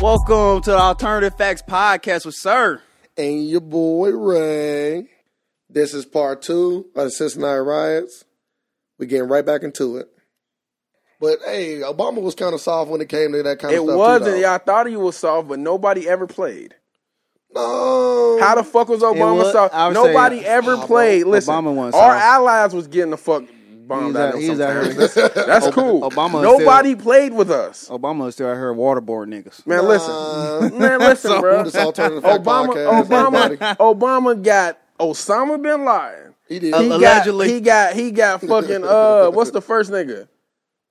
Welcome to the Alternative Facts Podcast with Sir. and your boy Ray. This is part two of the Cincinnati riots. We're getting right back into it. But hey, Obama was kind of soft when it came to that kind It of stuff. wasn't. too, Y'all thought he was soft, but nobody ever played. though. No. How the fuck was Obama was- I soft? was Nobody saying, ever played. Listen, Obama wasn't our soft. allies was getting the fuck bombed He's out. out, of he's out sometimes. here. That's cool. Obama is Nobody played with us. Obama is still out here waterboard niggas. Man, listen, man, listen, bro. This alternative fact Obama, podcast, Obama, everybody. Obama got Osama bin Laden. He did. Uh, He Allegedly. got, he got, he got fucking. Uh, what's the first nigga?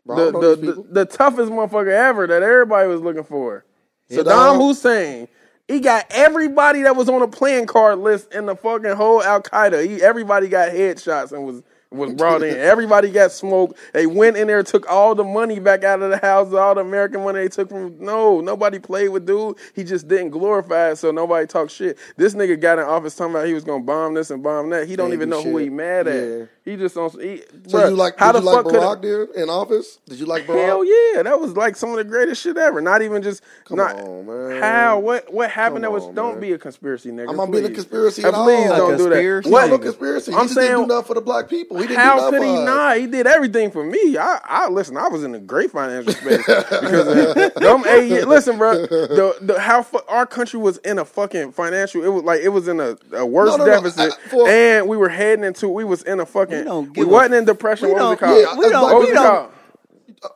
The, the, the, the toughest motherfucker ever that everybody was looking for. Saddam Saddam. Hussein. He got everybody that was on the playing card list in the fucking whole Al Qaeda. He, everybody got headshots and was was brought in. everybody got smoked. They went in there, took all the money back out of the house, all the American money they took from. No, nobody played with dude. He just didn't glorify it, so nobody talked shit. This nigga got in office talking about he was gonna bomb this and bomb that. He don't Ain't even do know who shit. he mad at. Yeah. He just on. He, so bruh, you like? how did the you like fuck could Barack there in office? Did you like Barack? Hell yeah, that was like some of the greatest shit ever. Not even just not on, man. how what what happened Come that was. on, don't man. be a conspiracy, nigga. I'm not being a please. conspiracy And at all. Please A don't do that. conspiracy? He ain't no What? conspiracy. He I'm just didn't saying- do nothing for the black people. He didn't How do could nothing he for uh, us. not? He did everything for me. I, I listen. I was in a great financial space because of them eight years. Listen, bro. The, the how fu- our country was in a fucking financial. It was like it was in a, a worse No, no, no. deficit, I- for- and we were heading into. We was in a We fucking. We, don't give a- wasn't in depression. we What was it don't- called? yeah, we don't- What was we it don't- called?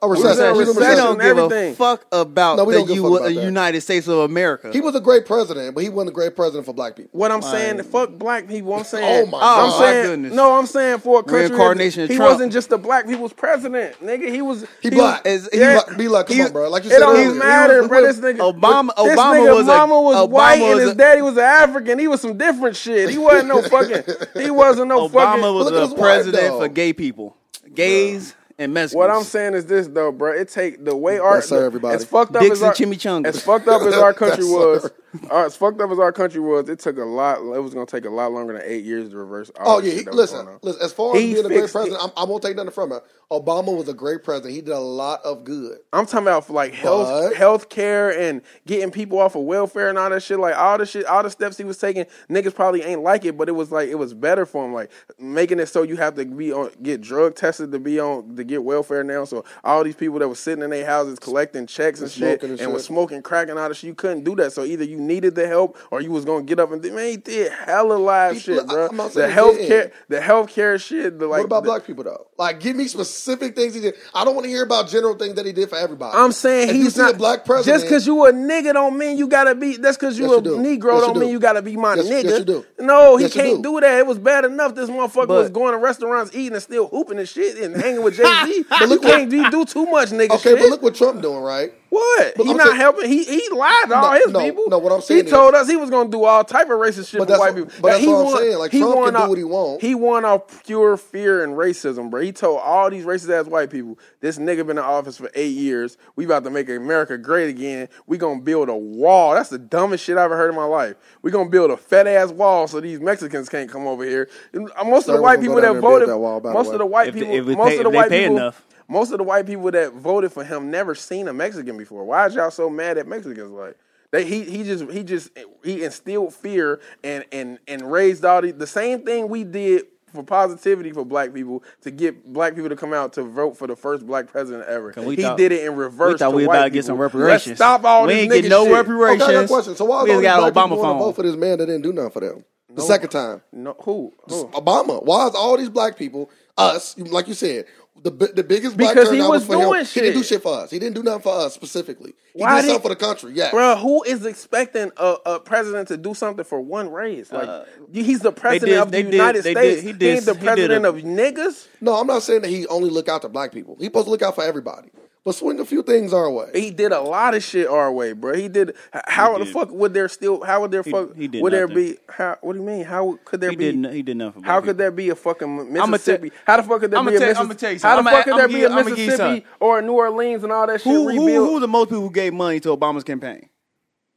A Recession, recession. we don't, recession, give a everything. fuck about No, we the don't give a U- fuck about uh, that. United States of America. He was a great president, but he wasn't a great president for black people. What I'm saying, fuck black people. I'm saying, Oh uh, my I'm God. saying, My goodness. no, I'm saying for a country, Reincarnation of he Trump. wasn't just a black. He was president, nigga. He was He was- black. is- he yeah. black. Be like, come He- on, bro. Like you It said, don't earlier. even matter, He was- bro. This nigga, Obama- this Obama nigga was a- mama was Obama white and was his a- daddy was an African. He was some different shit. He wasn't no fucking. He wasn't no fucking. Obama Look at his was a wife, president though. for gay people, gays and Mexicans. What I'm saying is this though, bro. It take the way our Yes, sir, everybody. as fucked up Dicks as our, and chimichangas. as fucked up as our country Yes, was, sir. uh, as fucked up as our country was. It took a lot. It was gonna take a lot longer than eight years to reverse. All Oh the yeah, shit he, that was listen, going on. listen. As far as He being a great fixed it. president, I'm, I won't take nothing from him. Obama was a great president. He did a lot of good. I'm talking about for like health But- health care and getting people off of welfare and all that shit. Like all the shit, all the steps he was taking, niggas probably ain't like it, but it was like it was better for him. Like making it so you have to be on get drug tested to be on to get welfare now. So all these people that were sitting in their houses collecting checks and shit Smoking and, and was shit. smoking crack and all that shit, you couldn't do that. So either you needed the help or you was gonna get up and do- man, he did hella live He- shit, I- bro. I'm not The saying he health care, didn't. the health care shit. The like what about the- black people though? Like, give me specific things he did. I don't want to hear about general things that he did for everybody. I'm saying If he's you see not a black president. Just because you a nigga don't mean you gotta be. That's because you Yes, you a do. Negro Yes, you don't mean do. you gotta be my Yes- nigga. yes, you do. No, he Yes, you can't do. do. that. It was bad enough. This motherfucker was But- going to restaurants eating and still hooping and shit and hanging with Jay Z. But you look can't do, do too much nigga okay, shit. but look what Trump doing, right? what? but he I'm not saying- helping. He he lied to all No, his no, people. no, what I'm saying he is- told us he was gonna do all type of racist shit But for that's white what- people. but Now, that's he what I'm won- saying. Like, he Trump won can do off- what he want. He won off pure fear and racism, bro. He told all these racist ass white people, this nigga been in office for eight years. We about to make America great again. We gonna build a wall. That's the dumbest shit I ever heard in my life. We gonna build a fat ass wall so these Mexicans can't come over here. And, uh, most of Sorry, the we white gonna people go down that there and build voted, that wall, by the most way. of the white If they- people, if we most pay- of the if they white pay people, enough. most of the white people that voted for him never seen a Mexican before. Why is y'all so mad at Mexicans? Like they he he just he just he instilled fear and and and raised all the the same thing we did for positivity for black people to get black people to come out to vote for the first black president ever. we he thought- did it in reverse. we thought to we white about to get some people. reparations. Let's stop all we this ain't get nigga no shit. Okay, reparations. I got a question. So why we is just all these got black Obama people want to vote for phone. this man that didn't do nothing for them? The second time. No, who? who? Obama. Why is all these black people, us, like you said, the bi- the biggest black Because he turnout was, was for doing him. He didn't do shit. shit for us. He didn't do nothing for us specifically. He Why did did- something for the country. Yeah. Bro, who is expecting a, a president to do something for one race? Like he's the president did- of Uh, they the did- United they did- States. he he, did- ain't the he did a- president of niggas. No, I'm not saying that he only look out to black people. He supposed to look out for everybody. But swing a few things our way. He did a lot of shit our way, bro. He did. h- How the did. fuck would there still? How would there fuck? he did would there nothing. be? How? What do you mean? How could there He be? did. no- He did nothing. for How black could there be a fucking I'ma Mississippi? how the fuck could there I'ma be a tell- Mississippi? I'ma tell you how the something. fuck I'ma- could there I'ma be a give- I'ma give you Mississippi or a New Orleans and all that shit people. who, who, rebuilt? who the most people who gave money to Obama's campaign?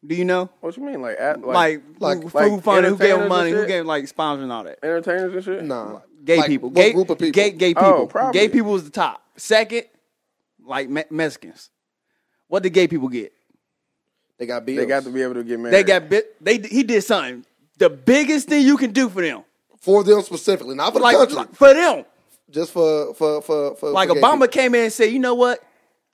Do you know? what you mean, like at, Like, like, like- who, who like funded? Who gave entertainers and money? Who shit? gave like sponsors and all that? entertainers and shit? nah. Gay Like, people. What Gay group of people? Gay, gay Oh, people. probably. gay people was the top. Second, like Me- Mexicans. What did gay people get? They got bills. They got to be able to get married. They got bit. They he did something. The biggest thing you can do for them, for them specifically, not for the like, country, like for them, just for for for for like for gay Obama came in and said, you know what?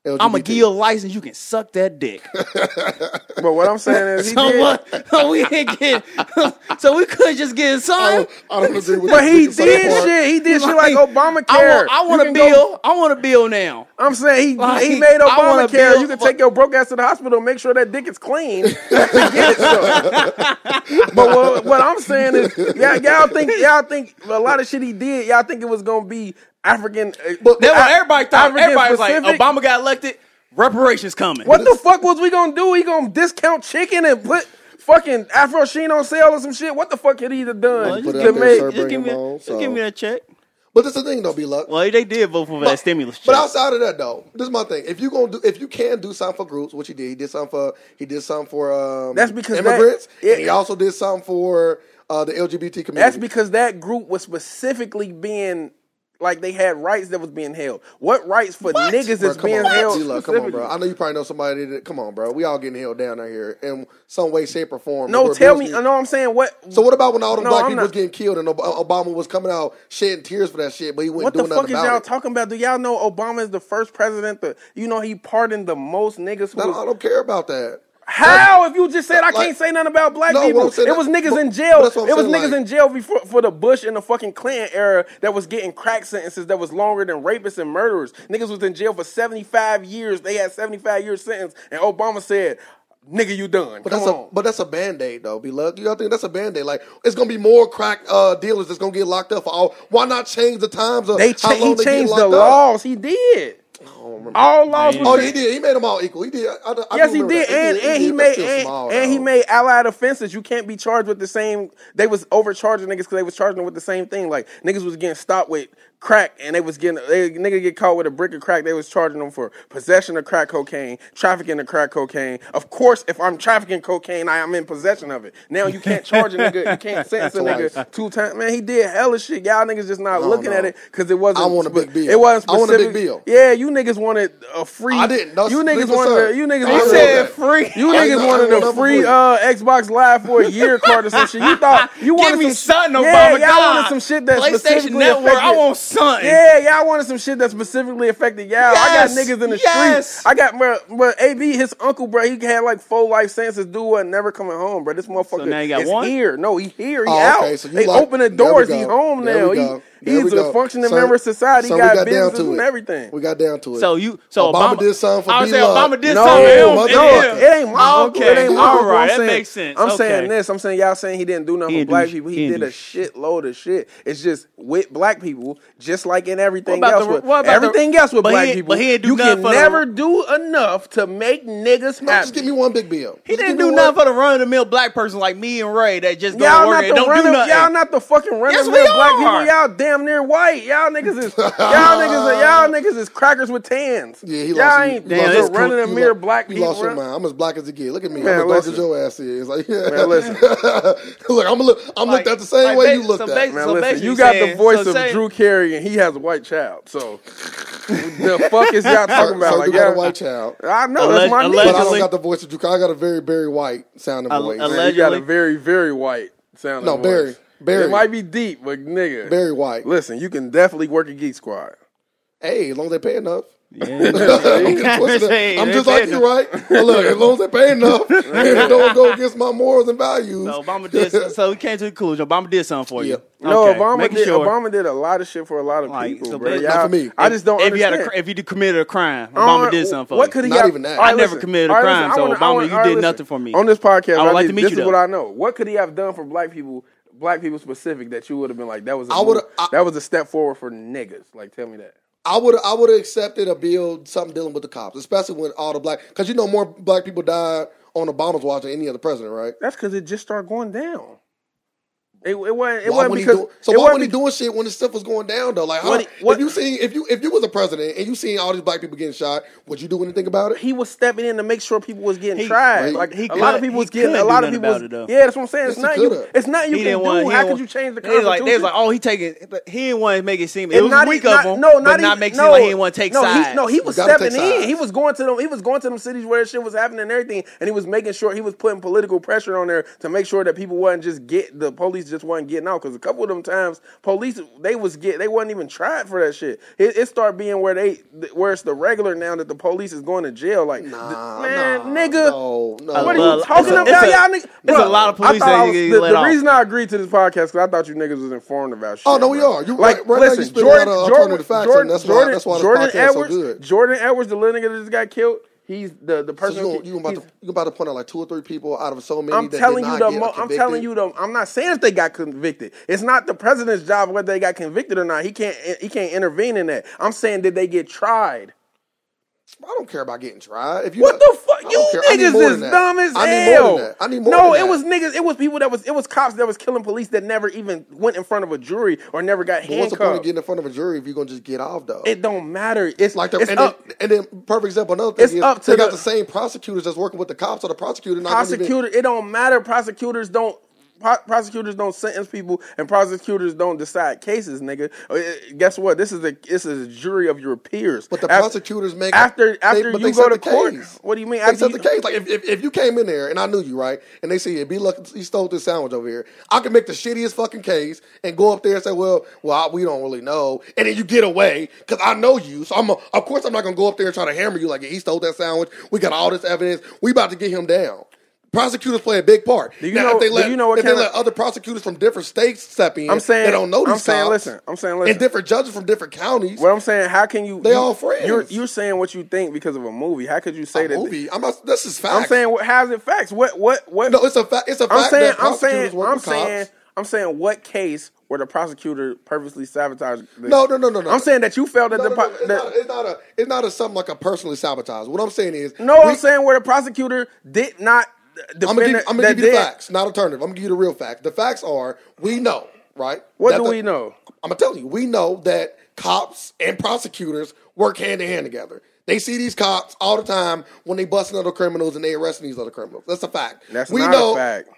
people. I'm gonna LGBT. give you a license. You can suck that dick. But what I'm saying is, he so did, what? "Oh, we didn't get. so we couldn't just get I some. don't, I don't agree with But he with the second did part. shit. He did Oh, shit like Obamacare. I want, I want You a can go- bill. I want a bill now. I'm saying he Like, he made I wanna Obamacare. bill- You can take your broke ass to the hospital, and make sure that dick is clean. to get some. but what, what I'm saying is, y'all, y'all think y'all think a lot of shit he did. Y'all think it was gonna be African. uh, But That's what everybody thought. African everybody was like, specific? Obama got elected. Reparations coming. What the fuck was we gonna do? He gonna discount chicken and put fucking Afro Sheen on sale or some shit? What the fuck could he have done? Put it to out there, make- sir. Just bring give me, them a, on, just so. give me a check. But that's the thing, though, B Luck. Well, they did vote for that stimulus check. But outside of that, though, this is my thing. If you gonna do, if you can do something for groups, which he did, he did something for he did something for um, That's because that- immigrants, yeah. and he also did something for uh, the LGBT community. That's because that group was specifically being like they had rights that was being held. What rights for niggas Bro, is come being on, held? G-Lo, come on, specifically? bro. I know you probably know somebody that. Come on, bro. We all getting held down out here in some way, shape, or form. No, We're tell me. abusing- No, I'm saying what? So what about when all the No, black I'm people not- was getting killed and Ob- Obama was coming out shedding tears for that shit, but he wasn't what the doing fuck is nothing about y'all it? talking about? Do y'all know Obama is the first president? To, you know he pardoned the most niggas. Who I, don't, I was, don't care about that. how? if you just said I like- can't say nothing about black No, what people, I'm it saying- was niggas but- in jail. but It that's what was I'm saying, niggas like- in jail before for the Bush and the fucking Clinton era that was getting crack sentences that was longer than rapists and murderers. Niggas was in jail for seventy five years. They had seventy five year sentence, and Obama said, "Nigga, you done." But Come that's on. a but that's a band aid though, be luck. You know, I think that's a band aid. Like it's gonna be more crack uh, dealers that's gonna get locked up for all. Why not change the times of they how cha- he long they get changed locked the up? laws. He did. All laws. Man. was Oh, he did. He made them all equal. He did. I, I, I Yes, do he remember did, that. and and he did, but made still and, small, and he though. made allied offenses. You can't be charged with the same. They was overcharging niggas because they was charging them with the same thing. Like niggas was getting stopped with crack, and they was getting they, nigga get caught with a brick of crack. They was charging them for possession of crack cocaine, trafficking of crack cocaine. Of course, if I'm trafficking cocaine, I am in possession of it. Now you can't charge a nigga, you can't sentence a nigga two times. Man, he did hella shit. Y'all niggas just not looking no. at it because it wasn't. I want a big bill. It wasn't. I want a big specific- bill. Yeah, you niggas wanted a free. I didn't. No, you leave niggas it, wanted. sir. A, you niggas. He He wanted a- said free. you I niggas know- I wanted know a I'm free free. uh, Xbox Live for a year card or some shit. You thought you wanted Give me some something, Obama. yeah, y'all God. wanted some shit that PlayStation specifically Network. I affected- want something. Yeah, y'all wanted some shit that specifically affected y'all. Yes, I got niggas in the yes. streets. I got my, my AB, his uncle, bro. He had like four life sentences. Dude wasn't never coming home, bro. This motherfucker now you got is one? here. No, he here. He Oh, out. okay, so you they like- open the there we doors. go. He home There we now. go. He, There we he's a go. functioning So- member of society. so he we got, got down businesses to and it. everything. We got down to it. So you, so Obama Obama, did something for I was saying B-Love. Obama did No, No, something. for him. no, motherfucker. Yeah. it ain't my uncle. It Okay, ain't my all uncle. right, I'm that saying, makes sense. I'm saying Okay. this. I'm saying y'all saying he didn't do nothing He for didn't black do people. sh- he He didn't did do a shitload of shit. It's just with black people, just like in everything What about else. the- with, what about the- everything else with but he black ain't- people. but he ain't do you nothing can for the- never do enough to make niggas No, just give happy. me one big bill. He didn't do nothing for the run of the mill black person like me and Ray that just go to Y'all work not and the don't do running. nothing. Y'all not the fucking running Yes, we man, black are. people. Y'all damn near white. Y'all niggas is y'all niggas. Y'all niggas is crackers with tans. Yeah, he y'all lost. ain't he lost it's the his- cool. running a he mere lo- black he people. lost uh, your mind. I'm as black as it get. Look at me. I'm Man, as dark as listen. your ass is. Like, Man, listen. look, I'm look. I'm looked at the same like way ba- you looked so at. basically- Man, So listen, basically you got the saying- voice so of say- Drew Carey and he has a white child. So the fuck is y'all talking about? so like, you got y'all, a white child, I know Alleg- that's my niece. but I don't Allegedly- got the voice of Drew. I got a very very white sounding Al- voice. alleg- Man, you got a Allegedly. very very white sound. No, very, very. It might be deep, but nigga, Very white. Listen, you can definitely work a geek squad. hey, as long as they pay enough. Yeah. I'm just, twisted. Hey, I'm they just like pay you, right? But look, as long as they pay enough, and it don't go against my morals and values. So Obama did. So we came to the conclusion. Obama did something for you. Yep. No, Okay, Obama making did. sure. Obama did a lot of shit for a lot of Like, people, so bro. basically- Y'all- Not for me. I just don't. if you had understand. a, cr- if you did- committed a crime, Obama Uh, did something for what you. could he Not have- even that. All right, I never listen. committed a All right, crime, listen, I so wanna- I Obama, wanna- you all right, did listen. nothing for me. On this podcast, I would like did- to meet this you, is though. what I know. What could he have done for black people? Black people specific that you would have been like that was a I would've- move- I- that was a step forward for niggas. Like, tell me that. I would I would have accepted a bill something dealing with the cops, especially when all the black because you know more black people died on Obama's watch than any other president, right? That's because it just started going down. It, it wasn't. It Why wasn't would he because do, so it why wasn't would he because- doing shit when this stuff was going down though? Like, how, What he- what- if you seen if you if you was a president and you seen all these black people getting shot, would you do anything about it? he was stepping in to make sure people was getting He- tried. Right. Like He a lot could- of people he was getting a couldn't lot do of nothing people. about it, though. was, yeah, that's what I'm saying. It's Yes, not he you. could've. It's not you he can do. didn't want. he How didn't could want- you change the they was constitution? Like, they was like, oh, he taking. but He didn't want to make it seem. It And was not weak e- of not- him. No, but not, not even, make it no, seem like he didn't want to take no, sides. He, no, he was You gotta stepping in. take sides. He was going to them. He was going to them cities where shit was happening and everything, and he was making sure he was putting political pressure on there to make sure that people wasn't just get the police just wasn't getting out because a couple of them times police they was get they wasn't even tried for that shit. It, it started being where they where it's the regular now that the police is going to jail. Like Nah, man, nah, nigga. No, no. What Well, are you it's talking a- about, it's a- y'all niggas? it's a lot of police that you get the, let the off. reason I agreed to this podcast because I thought you niggas was informed about shit. Oh, no, we bro. are. You- like, right- right now you listen, spit a lot Jordan, of Jordan, uh, alternative facts, and Jordan, that's why- Jordan, that's why this podcast Jordan is so Edwards, good. Jordan Edwards, the little nigga that just got killed. He's the the So person. you, who- you about he's- to you about to point out like two or three people out of so many. I'm that did telling you not the. get Mo- I'm convicted? telling you the. I'm not saying if they got convicted. It's not the president's job whether they got convicted or not. He can't. He can't intervene in that. I'm saying did they get tried? I don't care about getting tried. If you What the I fuck? don't You care. I need more niggas than is that. dumb as I need hell. More than that. I need more. no, than that. it was niggas. It was people that was. It was cops that was killing police that never even went in front of a jury or never got But what's the point of handcuffed. getting in front of a jury if you're gonna just get off though? It don't matter. It's like the, it's and, up. then, and then perfect example. Another thing It's is up to they got the- the same prosecutors that's working with the cops or the prosecutor. Not gonna even- prosecutor. It don't matter. Prosecutors don't. pro- Prosecutors don't sentence people, and prosecutors don't decide cases, nigga. Uh, Guess what? This is a this is a jury of your peers. But the Af- prosecutors make after they- after but you they go set to the court. case. What do you mean? They After set you- the case. Like if, if, if you came in there and I knew you right, and they say, "Yeah, be lucky he stole this sandwich over here," I could make the shittiest fucking case and go up there and say, "Well, well, I, we don't really know," and then you get away because I know you. So I'm a, of course I'm not gonna go up there and try to hammer you like yeah, he stole that sandwich. We got all this evidence. We about to get him down. Prosecutors play a big part. you now, know- if they do let, you know what if they kind let of- other prosecutors from different states step in, I'm saying they don't know these I'm saying, cops, listen. I'm saying, listen. and different judges from different counties. What I'm saying, how can you? They you- all friends. You're, you're saying what you think because of a movie. How could you say a that? movie. I'm not. This is fact. I'm saying, what- how's it facts? What? What? What? No, it's a fact. It's a fact. I'm saying, that I'm prosecutors saying, work I'm with cops. saying, I'm saying, what case where the prosecutor purposely sabotaged? The, No, no, no, no, no. I'm saying that you felt that No, the. no, no, pro- it's, that- not, it's not a. It's not a something like a personally sabotage. What I'm saying is, no, I'm saying where the prosecutor did not defend. I'm gonna give, that- I'm gonna that give you the did. facts, not alternative. I'm gonna give you the real facts. The facts are, we know, right? What That do the- we know? I'm gonna tell you. We know that cops and prosecutors work hand in hand together. They see these cops all the time when they busting other criminals and they arresting these other criminals. That's a fact. That's we not know a fact.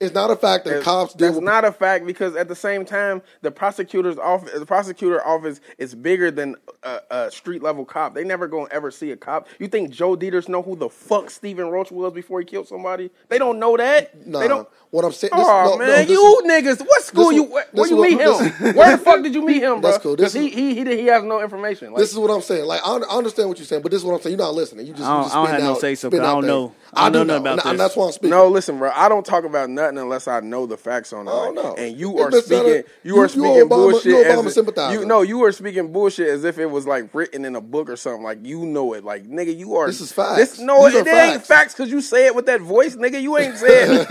it's not a fact that cops deal That's with not a fact because at the same time, the prosecutor's office, the prosecutor office is bigger than a, a street level cop. They never gonna ever see a cop. You think Joe Dieters know who the fuck Stephen Roach was before he killed somebody? They don't know that. No, they don't. what I'm saying. this- Oh no, no, man, this you is- niggas! What school this you? is- Where, this where is you what- meet him? this- Where the fuck did you meet him, bro? That's cool. This 'Cause he, is- he he did- he has no information. Like, This is what I'm saying. Like I, I understand what you're saying, but this is what I'm saying. You're not listening. You just, I don't- you just I don't spitting have no out- say so, 'cause spitting I out don't things. know. I, I do don't know know, about and, and this. that's why I'm speaking. no, listen, bro. I don't talk about nothing unless I know the facts on it. Oh, Like, no. And you It are doesn't speaking. matter. You You- are you speaking Obama- bullshit. you as Obama if- sympathizer. You no, you are speaking bullshit as if it was like written in a book or something. Like you know it. Like nigga, you are. This is facts. This, no, These it, are ain't facts. facts because you say it with that voice, nigga. You ain't said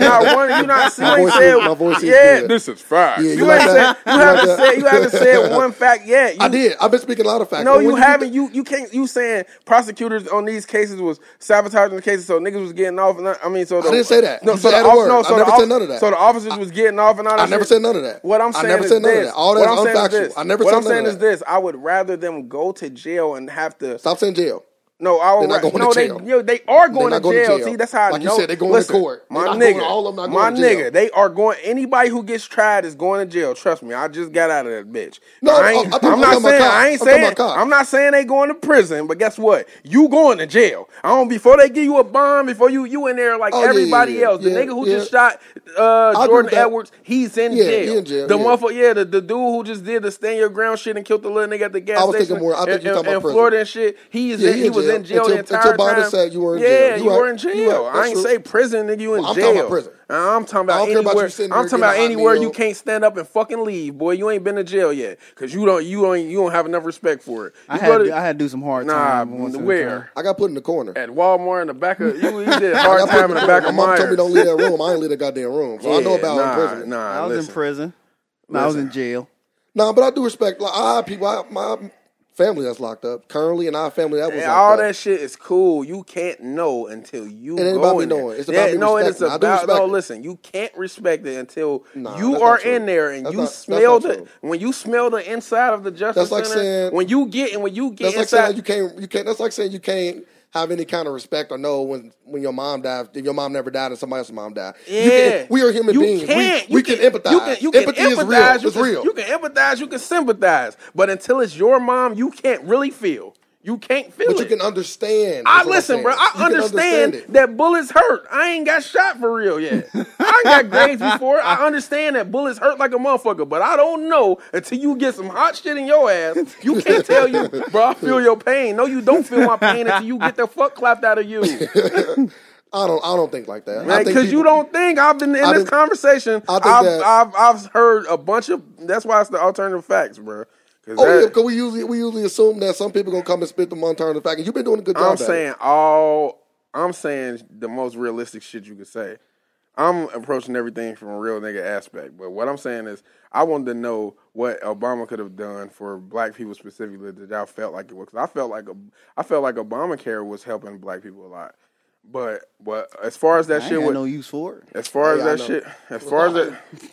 not one. You not. You My ain't voice said. is- my voice is yeah, good. this is facts. Yeah, you, you like ain't that? said. You You like haven't that? said. You haven't said one fact yet. You, I did. I've been speaking a lot of facts. no, but you when haven't. You you can't. You saying prosecutors on these cases was sabotaging the cases, so niggas was getting off. And I, I mean, so the, didn't say that. No, You so said the that off- word. no, I so the never off- said none of that. So the officers was getting off and all I that. never shit. said none of that. What I'm I saying never is said none of this. that. All what that's I'm saying unfactual. Is this. I never what said I'm none of saying is that. this. I would rather them go to jail and have to. Stop saying jail. No, I would They're not ra- going no, to they jail. yo, they are They're going, to, not going jail. to jail. See, that's how I Like you know. said, they're going to Listen, court. They're My not nigga, going- all of them not my going to jail. nigga, they are going. Anybody who gets tried is going to jail. Trust me, I just got out of that bitch. No, I ain't, I- I thought you am were not talking about saying cops. I ain't I'm talking saying about cops. I'm not saying they going to prison. But guess what? You going to jail. I don't before they give you a bond. Before you you in there like Oh, yeah, everybody yeah, else. The yeah, nigga who yeah. just shot uh, with Jordan that. Edwards, he's in Yeah, jail. he in jail, The yeah. motherfucker, yeah, the, the dude who just did the stand your ground shit and killed the little nigga at the gas I was thinking station more- I think in, you talking in- about in prison. Florida and shit. He is Yeah, in, he he in was jail. in jail Until- the entire until Biden time. said you were in yeah, jail. you You right. were in jail. You right. I That's ain't true. say prison, nigga. You in Well, I'm jail. Uh, talking about prison. I'm talking about I don't care about anywhere. you sitting I'm there talking getting a about hot anywhere you meal. can't stand up and fucking leave, boy. You ain't been to jail yet because you don't you don't you don't have enough respect for it. I You had go I had to do some hard nah. time. once in a Where? I got put in the corner. At Walmart in the back of you, you did I hard got put time in the back of My mom told me Myers. don't leave that room. I ain't leave that goddamn room. So I know Yeah, about nah, prison. time. Nah, I was listen. in prison. No, I was in jail. No, but I do respect. Like, I have people. I, my family that's locked up currently, and our family that was And locked all up. that shit is cool. You can't know until you. It ain't go about me in there. knowing. It's about me no, it is respecting. I do about. No, respect it. listen. You can't respect it until Nah, you that's are not true. in there and That's you not- that's smell not the true. when you smell the inside of the justice That's like center. saying- when you get and when you get That's like inside, saying you can't. You can't. That's like saying you can't have any kind of respect or know when when your mom died. If your mom never died, and somebody else's mom died. You yeah, can- we are human You beings. We- can't. we You can, empathize. You can, you can Empathy empathize. is real. You It's can, real. You can empathize. You can sympathize. But until it's your mom, you can't really feel. You can't feel but it. you can understand. I is what I'm listen, saying. bro. I You can understand, it. that bullets hurt. I ain't got shot for real yet. I ain't got grades before. I understand that bullets hurt like a motherfucker, but I don't know until you get some hot shit in your ass. You can't tell you, bro. I feel your pain. No, you don't feel my pain until you get the fuck clapped out of you, I don't. I don't think like that. I think Because you people- don't think I've been in I this think- conversation. I I've, think that- I've I've heard a bunch of. That's why it's the alternative facts, bro. Oh yeah, because we usually we usually assume that some people gonna come and spit the alternative fact, and you've been doing a good job. I'm at it. saying all. I'm saying the most realistic shit you could say. I'm approaching everything from a real nigga aspect, but what I'm saying is, I wanted to know what Obama could have done for Black people specifically that y'all felt like it was. 'Cause I felt like a, I felt like Obamacare was helping Black people a lot, but but as far as that I shit, ain't with, had no use for it. as far Yeah, I as that know. shit, as far as that,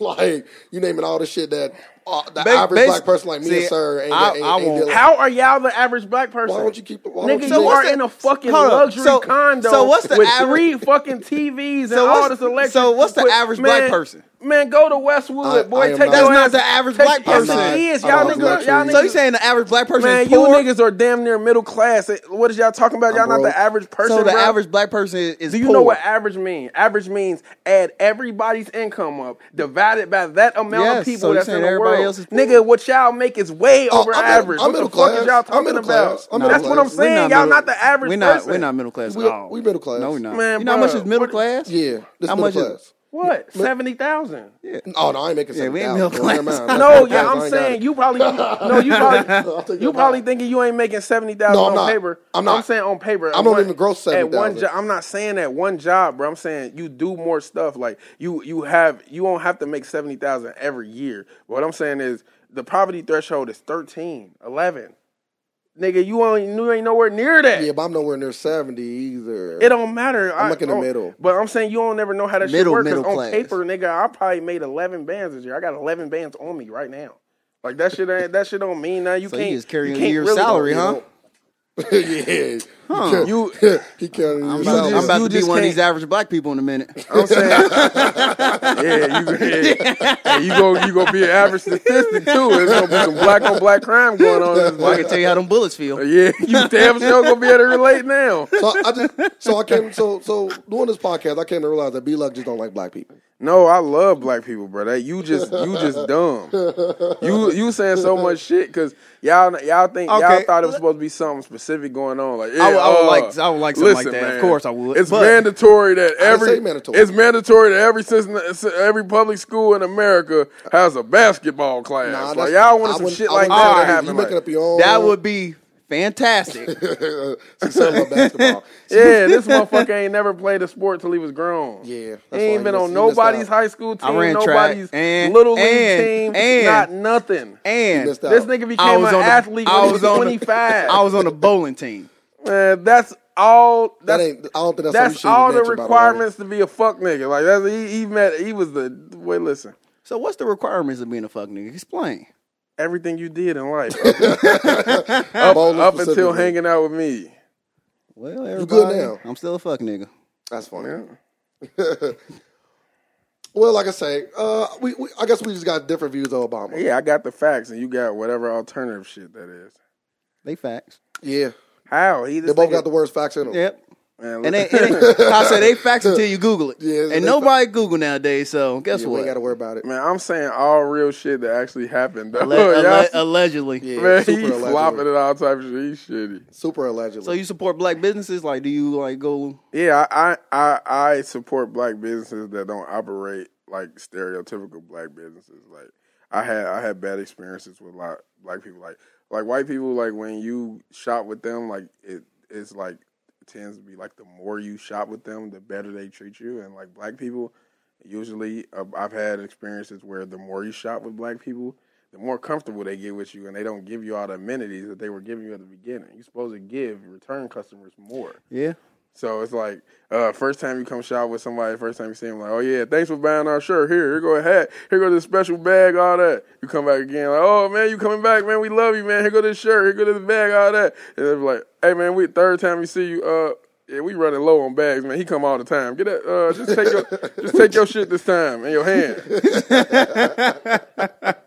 like you naming all the shit that uh, the Ba- average basi- black person like me see, and sir ain't, I- ain't, I ain't won't- dealing. how are y'all the average Black person? why don't you keep? Why Nigga, don't you you are just- in a fucking hold up. luxury So- condo so what's the with aver- three fucking TVs and So all what's- this electric. so what's the equip- average man, black person? Man, go to I- Westwood, boy. I am not- take your That's not ass- the average take- black yes, person. it is. I'm Y'all not niggas, y'all luxury. niggas. So you saying the average black person man, is you poor? niggas are damn near middle class. It- What is y'all talking about? Y'all not broke. the average person. so the bro? average black person is, is Do you poor. know what average means? Average means add everybody's income up, divided by that amount Yes, of people so you that's in saying the everybody world. else is poor? Nigga, what y'all make is way Oh, over I'm mid- average. I'm what the middle fuck is class. y'all I'm talking middle about? class. I'm that's middle what I'm class. We're saying. not Y'all middle- not the average We're not. person. We're not middle class We- at all. we middle class. No, we're not. Man, you know how much bruh, is middle what- class? Yeah, this How middle much is- class. What seventy thousand? Oh no, I ain't making Yeah, seven we ain't middle thousand. Never class. mind. That's No, middle yeah, class. I I'm ain't got saying it. you probably no, you I'll probably take you your probably mind. thinking you ain't making seventy thousand No, I'm on not. paper. I'm not. I'm saying on paper. I'm at not one- even gross At one 70,000. job, I'm not saying that one job, bro. I'm saying you do more stuff. Like you, you have you won't have to make seventy thousand every year. What I'm saying is the poverty threshold is 13, 11. Nigga, you ain't you ain't nowhere near that. Yeah, but I'm nowhere near seventy either. It don't matter. I'm looking in the middle. But I'm saying you don't never know how that Middle, shit works. middle on class. paper, nigga, I probably made eleven bands this year. I got eleven bands on me right now. Like that shit. Ain't, that shit don't mean nothing. You So you can't. just carrying can't your really- salary, huh? yeah, huh. You- he carrying I'm your about, salary. I'm about You to be just one of can't- these average black people in a minute. I'm saying, yeah, you, yeah. Hey, you go, you gonna be an average statistic too. It's gonna be some black on black crime going on. in this Well, I black- can tell you how them bullets feel. Yeah, you damn sure gonna be able to relate now. so I just so I came so so doing this podcast I came to realize that B Luck just don't like black people. No, I love black people, bro. That you just you just dumb. You you saying so much shit because y'all y'all think y'all Okay. thought it was supposed to be something specific going on. Like I would- I would yeah, uh, like- I would like something like listen, that. Of man, course I would, It's but- mandatory that every say mandatory. it's mandatory that every system, every public school in America has a basketball class. Nah, like that's- y'all wanted I some wouldn't- shit I like wouldn't that say to is. happen. You like- making up your own. That would be fantastic. She's talking about basketball. yeah, this motherfucker ain't never played a sport till he was grown. Yeah, he that's why he ain't been missed- on he missed nobody's out. high school team, I ran track, nobody's and- little league and- team, and- not nothing. And missed out. This nigga became an on the- athlete I when he was was on the- 25. I was on a bowling team. Man, that's all. That That's, ain't. I don't think that's, that's something you all should the mention, by way. requirements to be a fuck nigga. Like that's he, he met. He was the wait. Listen, So what's the requirements of being a fuck nigga? Explain. everything you did in life up, Bowling up until specifically. hanging out with me. Well, everybody, good now? I'm still a fuck nigga. That's funny. Well, like I say, uh, we, we I guess we just got different views of Obama. Yeah, I got the facts, and you got whatever alternative shit that is. They facts. Yeah, How he? they both got the worst facts in them. Yep. Man, And listen. they, and they- I said they facts until you Google it. Yeah, they and nobody Google nowadays. So guess Yeah, we what? ain't got to worry about it. Man, I'm saying all real shit that actually happened. Though. Alle- Y'all- alle- allegedly. Yeah, man, super he's allegedly. flopping and all type of shit. He's shitty. Super allegedly. So you support black businesses? Like, do you like go? Yeah, I, I I I support black businesses that don't operate like stereotypical black businesses. Like I had I had bad experiences with lot black people. Like like white people. Like when you shop with them, like it it's like tends to be like the more you shop with them, the better they treat you. And like black people, usually uh, I've had experiences where the more you shop with black people, the more comfortable they get with you, and they don't give you all the amenities that they were giving you at the beginning. You're supposed to give return customers more. Yeah. So it's like uh, first time you come shop with somebody, first time you see them, like, oh yeah, thanks for buying our shirt. Here, here go a hat. Here go this special bag, all that. You come back again, like, oh man, you coming back, man? We love you, man. Here go this shirt. Here go this bag, all that. And they're like, hey man, we third time we see you, uh, yeah, we running low on bags, man. He come all the time. Get that, uh, just take your, just take your shit this time in your hand.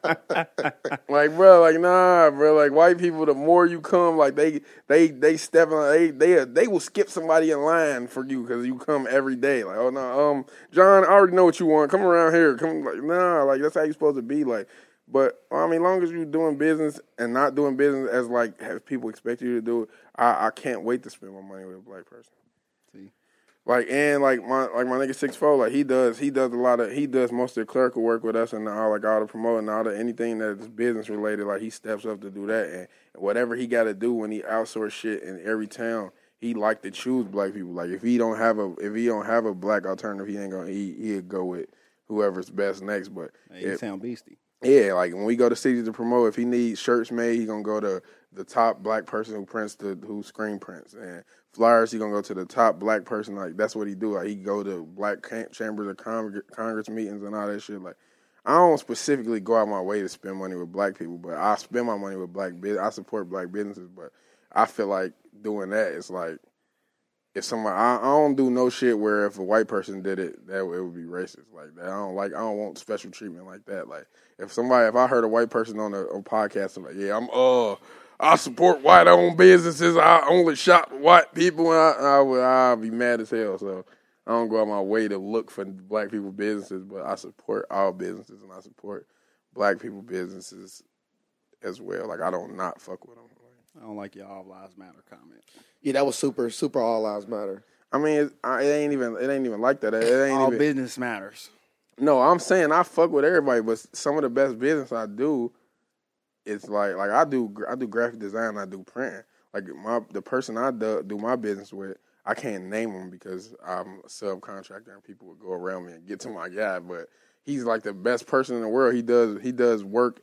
Like, bro, like, nah, bro. Like, white people, the more you come, like, they, they, they step on, they, they, they will skip somebody in line for you because you come every day. Like, oh no, um, John, I already know what you want. Come around here. Come, like, nah, like that's how you supposed to be. Like, but I mean, long as you doing business and not doing business as like as people expect you to do, I, I can't wait to spend my money with a black person. Like and like my like my nigga six four like he does he does a lot of he does most of the clerical work with us and all like all the promoting all the anything that's business related like he steps up to do that and whatever he got to do when he outsource shit in every town he like to choose black people like if he don't have a if he don't have a black alternative he ain't gonna he he'll go with whoever's best next but Hey, you if- sound beastie. yeah, like when we go to cities to promote, if he needs shirts made, he gonna go to the top black person who prints the who screen prints and flyers. He gonna go to the top black person. Like that's what he do. Like he go to black ca- chambers of Cong- Congress meetings and all that shit. Like I don't specifically go out my way to spend money with black people, but I spend my money with black business. I support black businesses, but I feel like doing that is like if somebody I, I don't do no shit where if a white person did it that it would be racist like that. I don't like I don't want special treatment like that. Like if somebody if I heard a white person on a, a podcast I'm like yeah I'm uh I support white owned businesses. I only shop with white people. And I, I would I'd be mad as hell. So I don't go out my way to look for black people businesses, but I support all businesses and I support black people businesses as well. Like I don't not fuck with them. I don't like your all lives matter comment. Yeah, that was super, super all lives matter. I mean, it, I, it ain't even it ain't even like that. It, it ain't All even, business matters. No, I'm saying I fuck with everybody, but some of the best business I do, it's like like I do I do graphic design, I do printing. Like my the person I do, do my business with, I can't name him because I'm a subcontractor and people would go around me and get to my guy. But he's like the best person in the world. He does he does work.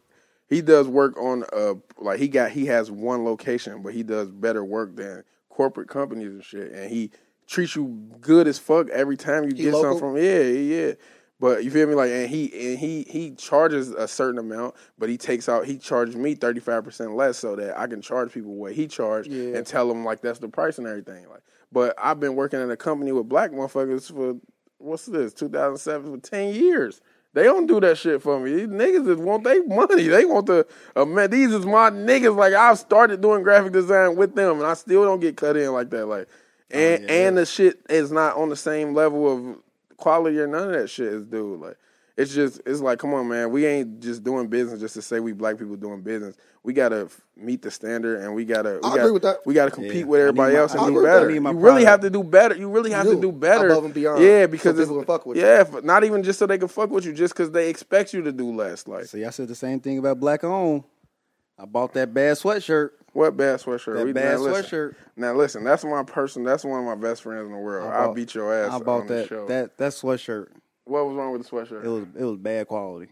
He does work on uh like he got he has one location, but he does better work than corporate companies and shit. And he treats you good as fuck every time you get local? something from. Yeah, yeah. yeah. But you feel me? Like, and he and he he charges a certain amount, but he takes out he charges me thirty five percent less so that I can charge people what he charged and tell them like that's the price and everything. Like, but I've been working in a company with black motherfuckers for what's this two thousand seven for ten years. They don't do that shit for me. These niggas just want they money. They want the uh, man. These is my niggas. Like I've started doing graphic design with them, and I still don't get cut in like that. Like, and and the shit is not on the same level of quality or none of that shit is dude. Like it's just it's like come on man, we ain't just doing business just to say we black people doing business. We gotta f- meet the standard and we gotta we I gotta, agree with that. We gotta compete with I need everybody my- else I and agree do with that. better. I You need my really product. have to do better. You really have do. to do better Above and beyond. Yeah, So because it's, people can fuck with you. yeah, f- not even just so they can fuck with you, just because they expect you to do less. Like See, I said the same thing about black owned. I bought that bad sweatshirt. what bad sweatshirt? That We- bad now listen. sweatshirt. Now listen, that's my person. That's one of my best friends in the world. I I'll bought- beat your ass. I bought on that this show. that that sweatshirt. What was wrong with the sweatshirt? It was it was bad quality.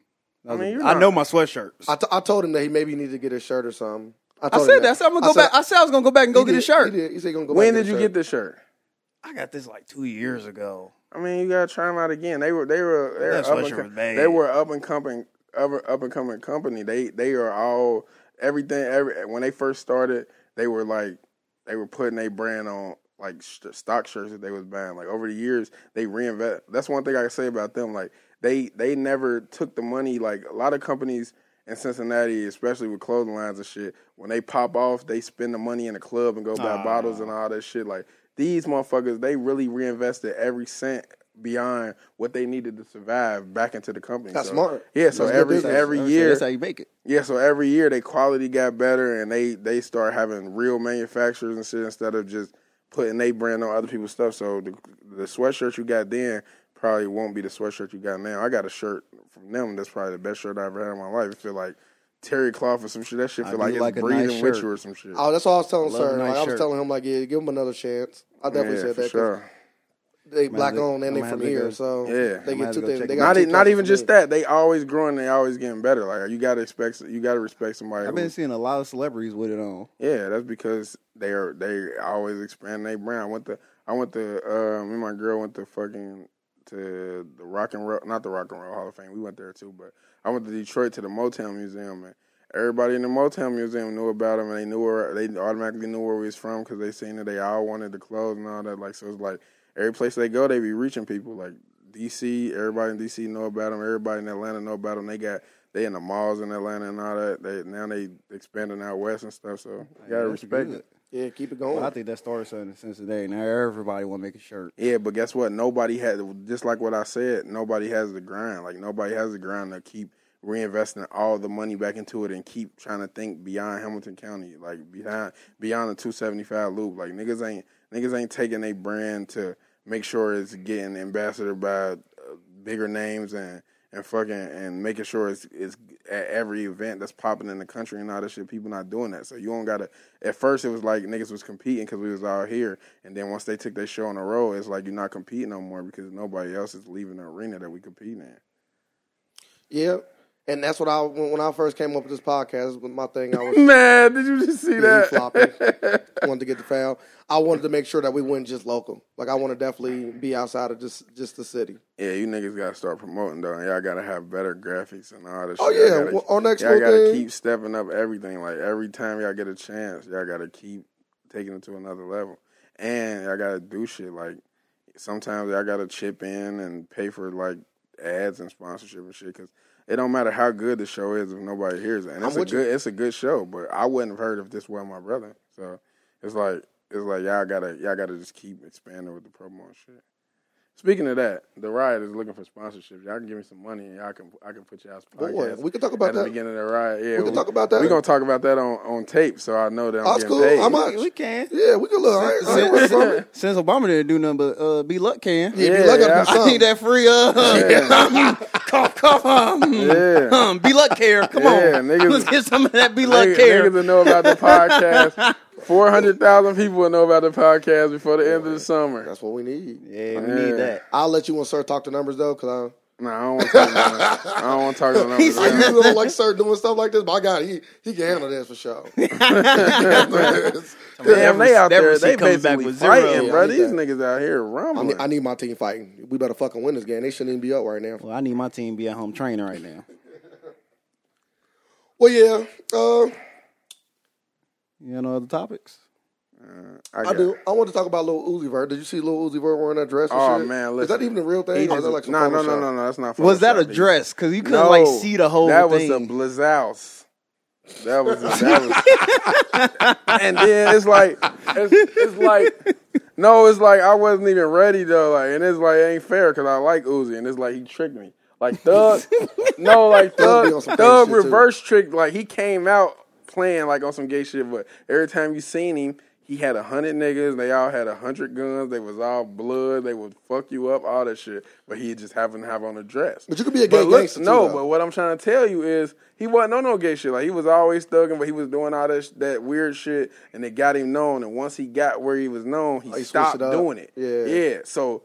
I, mean, you're I not- know my sweatshirts. I, t- I told him that he maybe needed to get a shirt or something. I told him said that. I said I'm gonna go I said- back. I said I was gonna go back and go He get a did- shirt. He, did. he said he gonna go when back did you a get shirt. this shirt? I got this like two years ago. I mean, you gotta try them out again. They were they were they were That up sweatshirt and, com- was bad. they were up and coming up, up and coming company. They they are all everything. Every when they first started, they were like they were putting their brand on like sh- stock shirts that they was buying. Like over the years, they reinvest. That's one thing I can say about them. Like they they never took the money. Like a lot of companies in Cincinnati, especially with clothing lines and shit, when they pop off, they spend the money in the club and go buy bottles and all that shit. Like these motherfuckers, they really reinvested every cent beyond what they needed to survive back into the company. That's So- smart. Yeah, so That's good every business. every That's- year that's how you make it. yeah, so every year they quality got better and they they start having real manufacturers and shit instead of just putting their brand on other people's stuff. So the the sweatshirt you got then probably won't be the sweatshirt you got now. I got a shirt from them that's probably the best shirt I ever had in my life. It feel like terry cloth or some shit. That shit I feel do like it's like a breathing nice with shirt. you or some shit. Oh, that's all I was telling Love a sir. nice Like, I was shirt. telling him like, yeah, give him another chance. I definitely yeah, said for that. 'cause sure. they have black to- owned and I they might from have to here, go- so Yeah. they I might get have to two go things. check They it got Not two e- not thoughts even to just me. that. They always growing. They always getting better. Like you gotta expect. You gotta respect somebody. I've who- been seeing a lot of celebrities with it on. Yeah, that's because they are they always expand their brand. I went to I went to uh, me and my girl went to fucking to the rock and roll not the rock and roll Hall of Fame. We went there too, but I went to Detroit to the Motown Museum and everybody in the Motown Museum knew about him and they knew where they automatically knew where he was from because they seen it. They all wanted the clothes and all that. Like so, it's like every place they go, they be reaching people. Like DC, everybody in DC know about him. Everybody in Atlanta know about him. They got they in the malls in Atlanta and all that. They now they expanding out west and stuff. So you gotta That's respect good. it. Yeah, keep it Well, I going. think that started something since today. Now everybody want to make a shirt. Yeah, but guess what? Nobody had just like what I said. Nobody has the grind. Like nobody has the grind to keep reinvesting all the money back into it and keep trying to think beyond Hamilton County, like behind beyond the two seventy five loop. Like niggas ain't niggas ain't taking a brand to make sure it's getting ambassador by uh, bigger names and and fucking and making sure it's it's at every event that's popping in the country and all that shit. People not doing that, so you don't gotta. At first, it was like niggas was competing because we was all here, and then once they took their show on the road, it's like you're not competing no more because nobody else is leaving the arena that we competing in. Yeah, and that's what I when when I first came up with this podcast. was My thing, I was Man, did you just see Yeah, he flopping. wanted to get the foul. I wanted to make sure that we went just local. Like I want to definitely be outside of just just the city. Yeah, you niggas gotta start promoting though. and Y'all gotta have better graphics and all this. Oh, shit. Y'all yeah, gotta- well, our next y'all little gotta thing- keep stepping up everything. Like every time y'all get a chance, y'all gotta keep taking it to another level. And y'all gotta do shit like sometimes y'all gotta chip in and pay for like ads and sponsorship and shit because it don't matter how good the show is if nobody hears it. And it's a with you. good it's a good show, but I wouldn't have heard if this wasn't my brother. So it's like it's like y'all gotta y'all gotta just keep expanding with the promo and shit. Speaking of that, the riot is looking for sponsorships. Y'all can give me some money, and y'all can I can put y'all's Boy, podcast. we can talk about at the that. beginning of the riot. Yeah, We can talk about that. We're gonna talk about that on, on tape, so I know that I'm That's getting cool. paid. I'm out. We, can. Yeah, we could look. I ain't- I ain't worried Since, from it. since Obama didn't do nothing but uh, be luck can. Yeah, Yeah, be like yeah. yeah, I need that free uh cough cough um, Yeah. um be luck care. Come Yeah, on. niggas- Let's get some of that be luck Niggas, care. niggas will know about the podcast. Four hundred thousand people will know about the podcast before the end of the summer. That's what we need. yeah, we need that. I'll let you and Sir talk the numbers though, because No, I don't want to talk about that. I don't want to talk about I, I numbers. usually don't like Sir doing stuff like this. But I got he he can handle this for sure. He can handle this. Damn, they out That there. receipt They comes back basically with zero. fighting, Yeah, bro. I need These that. niggas out here I rumbling. need, I need my team fighting. We better fucking win this game. They shouldn't even be up right now. Well, I need my team to be at home training right now. Well, yeah, uh, You know other topics? I got- do. I want to talk about Lil Uzi Vert. Did you see Lil Uzi Vert wearing that dress? and Oh, shit? man, is that listen. even a real thing? He Or is just- that like some no, no, Photoshop? no, no, no. That's not. Was that a Photoshop. dress? Because you couldn't like see the whole That thing. was a blizzouse. That was that was. and then it's like it's, it's like no, it's like I wasn't even ready though. Like and it's like it ain't fair because I like Uzi and it's like he tricked me. Like Thug, no, like Thug be on Thug, some Thug gay shit, too. reverse tricked. Like he came out playing like on some gay shit, but every time you seen him. He had a hundred niggas. They all had a hundred guns. They was all blood. They would fuck you up, all that shit. But he just happened to have on a dress. But you could be a gay But look- gangster. too, no, though. but what I'm trying to tell you is he wasn't on no gay shit. Like he was always thugging, but he was doing all that sh- that weird shit, and it got him known. And once he got where he was known, he, Oh, he switched stopped it up. doing it. Yeah. yeah. So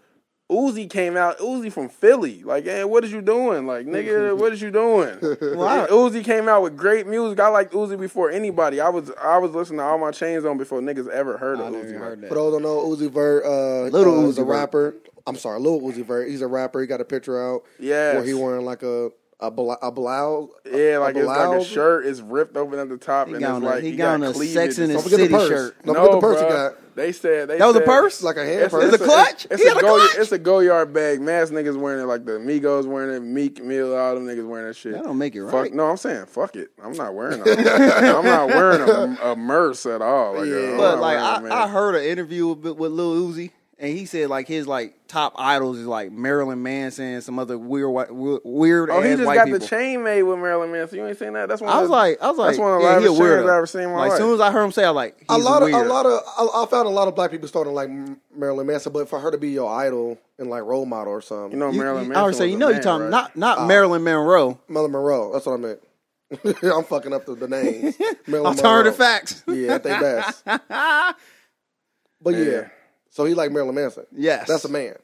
Uzi came out. Uzi from Philly. Like, hey, what is you doing? Like, nigga, what is you doing? I- Uzi came out with great music. I liked Uzi before anybody. I was I was listening to all my chains on before niggas ever heard I of never Uzi. heard Like, that. For those who don't know, Uzi Vert, uh, Little uh, is Uzi a Vert. rapper. I'm sorry, Lil Uzi Vert. He's a rapper. He got a picture out Yes. where he wearing like a a, bla- a blouse. yeah, like a it's like a blouse? shirt is ripped open at the top, He and got it's on a- like he he got got, on a cleavage Sex and and Don't his- forget the City purse. shirt. Don't forget the purse bruh. he got. They said they That was a said- purse? Like a hand purse. It's a clutch? It's, He a had a go, clutch? It's a go yard bag. Mass niggas wearing it like the Migos wearing it. Meek Mill, all them niggas wearing that shit. That don't make it fuck, right. No, I'm saying fuck it. I'm not wearing. A, I'm not wearing a, a merce at all. Like, Yeah. I'm But not like wearing a I, I Merce. heard an interview with, with Lil Uzi, and he said like his like top idols is like Marilyn Manson, and some other weird white, weird, weird Oh, ass he just white got people. the chain made with Marilyn Manson. You ain't seen that? That's one. of I was the- like, I was like, that's one of the yeah, he a loudest chains weird. I've ever seen in my like, life. As soon as I heard him say, I was like, he's A lot weird. of a lot of I, I found a lot of black people starting like M- Marilyn Manson, but for her to be your idol and like role model or something, you know, You- Marilyn you- Manson. I would say, was you a know, you man, talking not right? not Marilyn Monroe. Marilyn Monroe. That's what I meant. I'm fucking up the, the names. Oh, Marilyn Alternative Monroe. facts. Yeah, at their best. But yeah. Yeah. so he like Marilyn Manson. Yes. that's a man.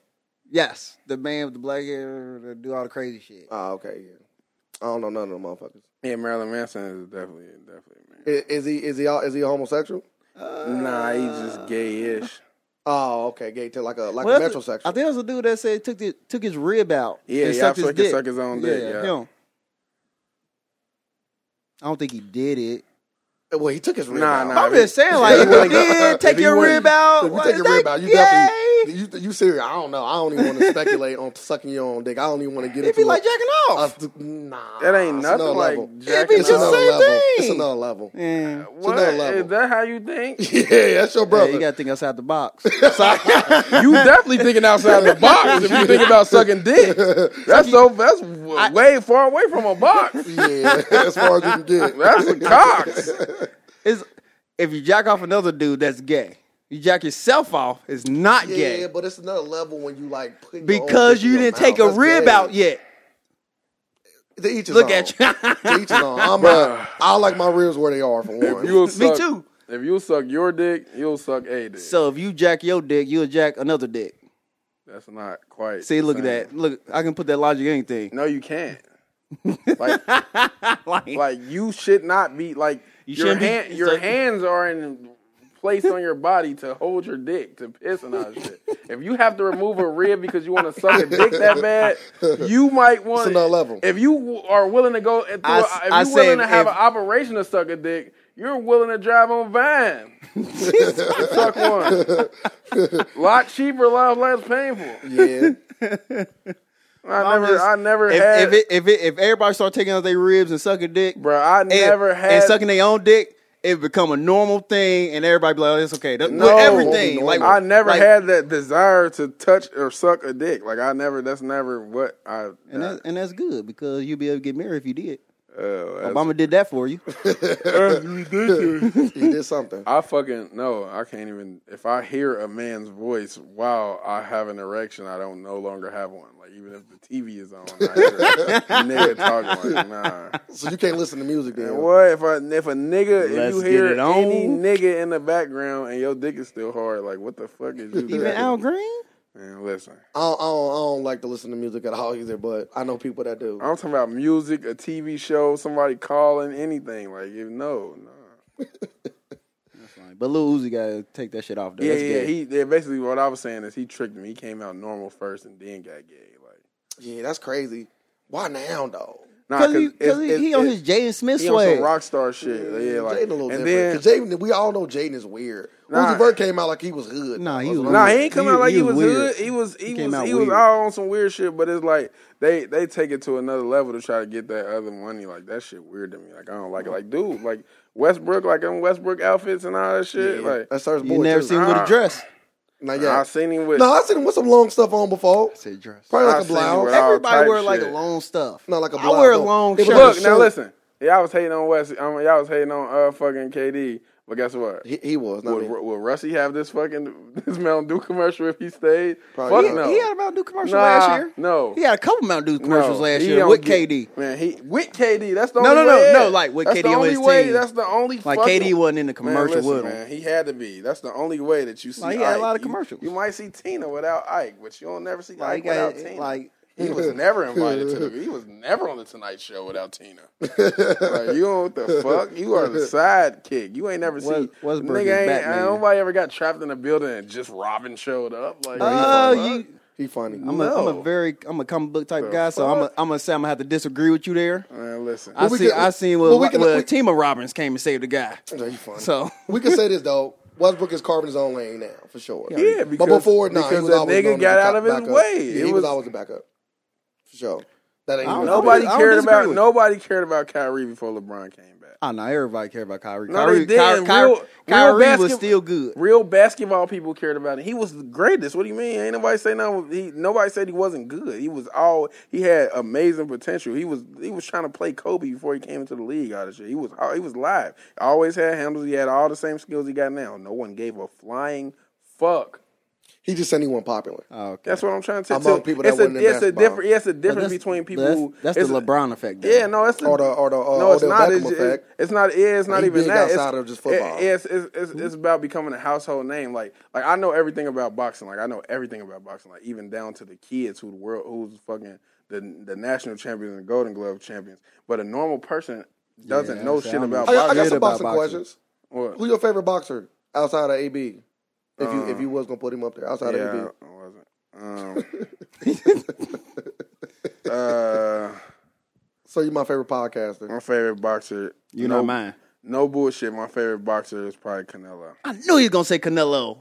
Yes, the man with the black hair that do all the crazy shit. Oh, okay, yeah. I don't know none of them motherfuckers. Yeah, Marilyn Manson is definitely definitely man. I- Is, he is he all- is he a homosexual? Uh, nah, he's just gay-ish. Oh, okay, gay to like a like Well, a that's- metrosexual. I think there was a dude that said took the, took his rib out. Yeah, and yeah, sucked I his fucking dick. suck his own dick. Yeah, him. I don't think he did it. well, he took his rib Nah, out. nah. I I'm just saying, like, if If he you did take if he your wouldn't- rib out, If you what take is your rib that out, you gay? definitely you, you serious. I don't know. I don't even want to speculate on sucking your own dick. I don't even want to get It'd into be like a, jacking a, off. nah. That ain't it's nothing another like level. Jack. It'd be and It's just another Jill. same level. It's thing. another level. Yeah, Yeah. What? another level. Is that how you think? that's your brother. you gotta think outside the box. you definitely thinking outside the box if you think about sucking dick. That's so. That's w- way far away from a box. yeah, as far as you can get. That's a cox. It's, if you jack off another dude, that's gay. You jack yourself off, it's not Yeah, gay but it's another level when you like put your own because dick you in your didn't take mouth. a That's rib gay. out yet. To each his Look own. at you. To each his own. I'm not, I like my ribs where they are for one. You'll Me suck- too. If you suck your dick, you'll suck a dick. So if you jack your dick, you'll jack another dick. That's not quite. See, the look same. at that. Look, I can put that logic in anything. No, you can't. like, like you should not be like your shouldn't be- hand, your hands are in place on your body to hold your dick to piss and all that shit. If you have to remove a rib because you want to suck a dick that bad, you might want another level. If you w- are willing to go, and through I a- s- if I you're willing said to have if- an operation to suck a dick, you're willing to drive on van. suck one. lot cheaper, a lot less painful. Yeah. I never, just- I never had. If if it, if, it, if everybody start taking out their ribs and sucking dick, Bro, I and, never had and sucking their own dick, it become a normal thing, and everybody be like, oh, "It's okay." That- with No, everything. Like I never like- had that desire to touch or suck a dick. Like I never. That's never what I. and that's, and that's good because you'll be able to get married if you did. Oh, that's- Obama did that for you. He did something. I fucking no. I can't even. If I hear a man's voice while I have an erection, I don't no longer have one. Like even if the TV is on, I hear a nigga talking like nah. So you can't listen to music then. And what if I if a nigga if Let's you get hear it on. any nigga in the background and your dick is still hard? Like what the fuck is you? Even doing? Al Green. Man, listen. I don't, I, don't, I don't like to listen to music at all either, but I know people that do. I'm talking about music, a TV show, somebody calling, anything. Like, you no, no. But Lil Uzi gotta take that shit off. Though. Yeah, That's yeah. gay. He yeah, basically what I was saying is he tricked me. He came out normal first and then got gay. Like, Yeah, that's crazy. Why now though? nah, Cause he, it's- cause he, it's- he on it's- his Jaden Smith he on swag. some rock star shit. Yeah, like, Jaden a little and different. then 'Cause Jaden, we all know Jaden is weird. Nah. Uzi Vert came out like he was hood. Nah, he That's was- what I'm Nah, he saying. ain't come He- out like he, he was was weird. hood. He was he, He came was out he was weird. all on some weird shit, but it's like they they take it to another level to try to get that other money. Like that shit weird to me. Like I don't like it. Like dude, like Westbrook, like them Westbrook outfits and all that shit. Like That's our boy. you never too. seen him with Nah. a dress. Nah, I Uh, yeah. seen him with No, I seen him with some long stuff on before. Said dress. Probably like I a seen him with blouse. all type Everybody wear like shit. a long stuff. No, like a I blouse, wear a though. long It was shirt. Look, Look now, Sure. listen. Y'all was hating on Wes. I mean, y'all was hating on uh fucking KD. But guess what? He, he was. Not Would, me. would Russie have this fucking this Mountain Dew commercial if he stayed? Probably Fuck not. no. He had a Mountain Dew commercial Nah, last year. no. He had a couple Mountain Dew commercials No, last he year don't with get- KD. Man, he with KD. That's the No, only no, no, way. no, like, with that's KD the on only his way. team. That's the only Like fucking- KD wasn't in the commercial Man, listen, with him. man, he had to be. That's the only way that you see. Like, he had a Ike. lot of You- commercials. You, might see Tina without Ike, but you don't never see Like, Ike he got- without Tina. like He was never invited to the. He was never on the Tonight Show without Tina. like, you know what the fuck? You are the sidekick. You ain't never Wes- seen. Westbrook nigga is ain't, uh, Batman. nobody ever got trapped in a building and just Robin showed up. Like, oh, what the you. He funny. I'm a, I'm No. a very I'm a comic book type guy, so I'm a, I'm gonna say I'm gonna have to disagree with you there. fuck? Man, listen. I we see can- I seen well, what we can- what we- Tima Robbins came and saved the guy. Yeah, he funny. So we can say this though. Westbrook is carving his own lane now for sure. Yeah, but because- before nah, he because was that always nigga known as got the out top of his backup. way. Yeah, It he was- was always the backup for sure. That ain't I don't even know. Nobody I don't cared disagree about with nobody cared about Kyrie before LeBron came back. oh no, everybody cared about Kyrie. No, Kyrie, they Kyrie, didn't. Kyrie, Real- Kyrie real was basket- still good. Real basketball people cared about him. He was the greatest. What do you mean? Ain't nobody say no. He, nobody said he wasn't good. He was all. He had amazing potential. He was. He was trying to play Kobe before he came into the league. All this shit. He was. He was live. Always had handles. He had all the same skills he got now. No one gave a flying fuck. He just said he wasn't popular. Oh, okay. That's what I'm trying to say. Among too. people that it's a, wasn't in it's a basketball. different, it's a difference But that's- between people. That's, who, that's it's the a- LeBron effect. though. Yeah, no, it's the, Or the- or the, uh, no, it's Odell not. Beckham It's, it's- effect. it's not. yeah, It's not Ain't even big that. It's, outside of just football. it- it's, it's, it's, it's about becoming a household name. Like like I know everything about boxing. Like I know everything about boxing. Like even down to the kids who the world who's fucking the the national champions and Golden Glove champions. But a normal person doesn't Yeah, know I'm shit saying, I'm about I, I boxing. Read got some about boxing, boxing. questions. What? Who your favorite boxer outside of AB? If you if you was gonna put him up there outside Uh, Yeah, of AB, I wasn't. Um, uh, so you're my favorite podcaster. my favorite boxer. you no, know mine. No bullshit. My favorite boxer is probably Canelo. I knew you was gonna say Canelo.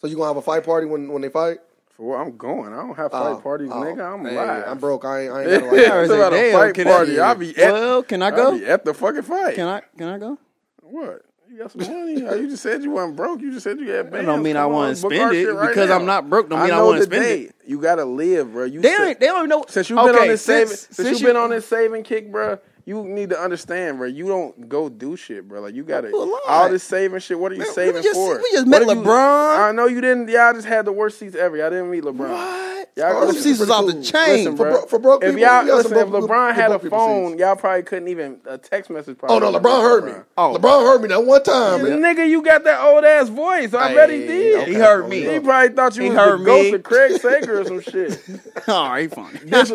So you gonna have a fight party when, when they fight? For where I'm going, I don't have fight Oh, parties, oh, nigga. I'm hey, live. I'm broke. I ain't, I ain't got Yeah. like I was It's like, about a damn, fight can party. I be at- well. Can I I go? be at the fucking fight. Can I? Can I go? What? You got some money? Oh, you just said you wasn't broke. You just said you had bands. don't mean I Come on, wanna book spend our it, shit right because now. I'm not broke don't mean I know wanna the spend date. You gotta live, bro. You They said- don't. They don't know. since you've been on this saving, since, you've been on this saving kick, bro, you need to understand, bro. You don't go do shit, bro. Like you got to do a lot. all this saving shit. What are you Man, we saving just- for? we just What met are you- LeBron. I know you didn't. Y'all just had the worst seats ever. Y'all didn't meet LeBron. What? Y'all All them listen- seats was off the Listen, chain. Listen, bro. bro- for broke if people, y'all we got some listen, if broke- LeBron good had a broke people phone, seats. y'all probably couldn't even a text message. Probably Oh no, wouldn't LeBron have heard been me. LeBron. Oh. LeBron heard me that one time. man. Nigga, you got that old ass voice. I Hey, bet he did. He heard me. He probably thought you He was heard the me. ghost of Craig Sager or some shit. All right, funny. Oh, he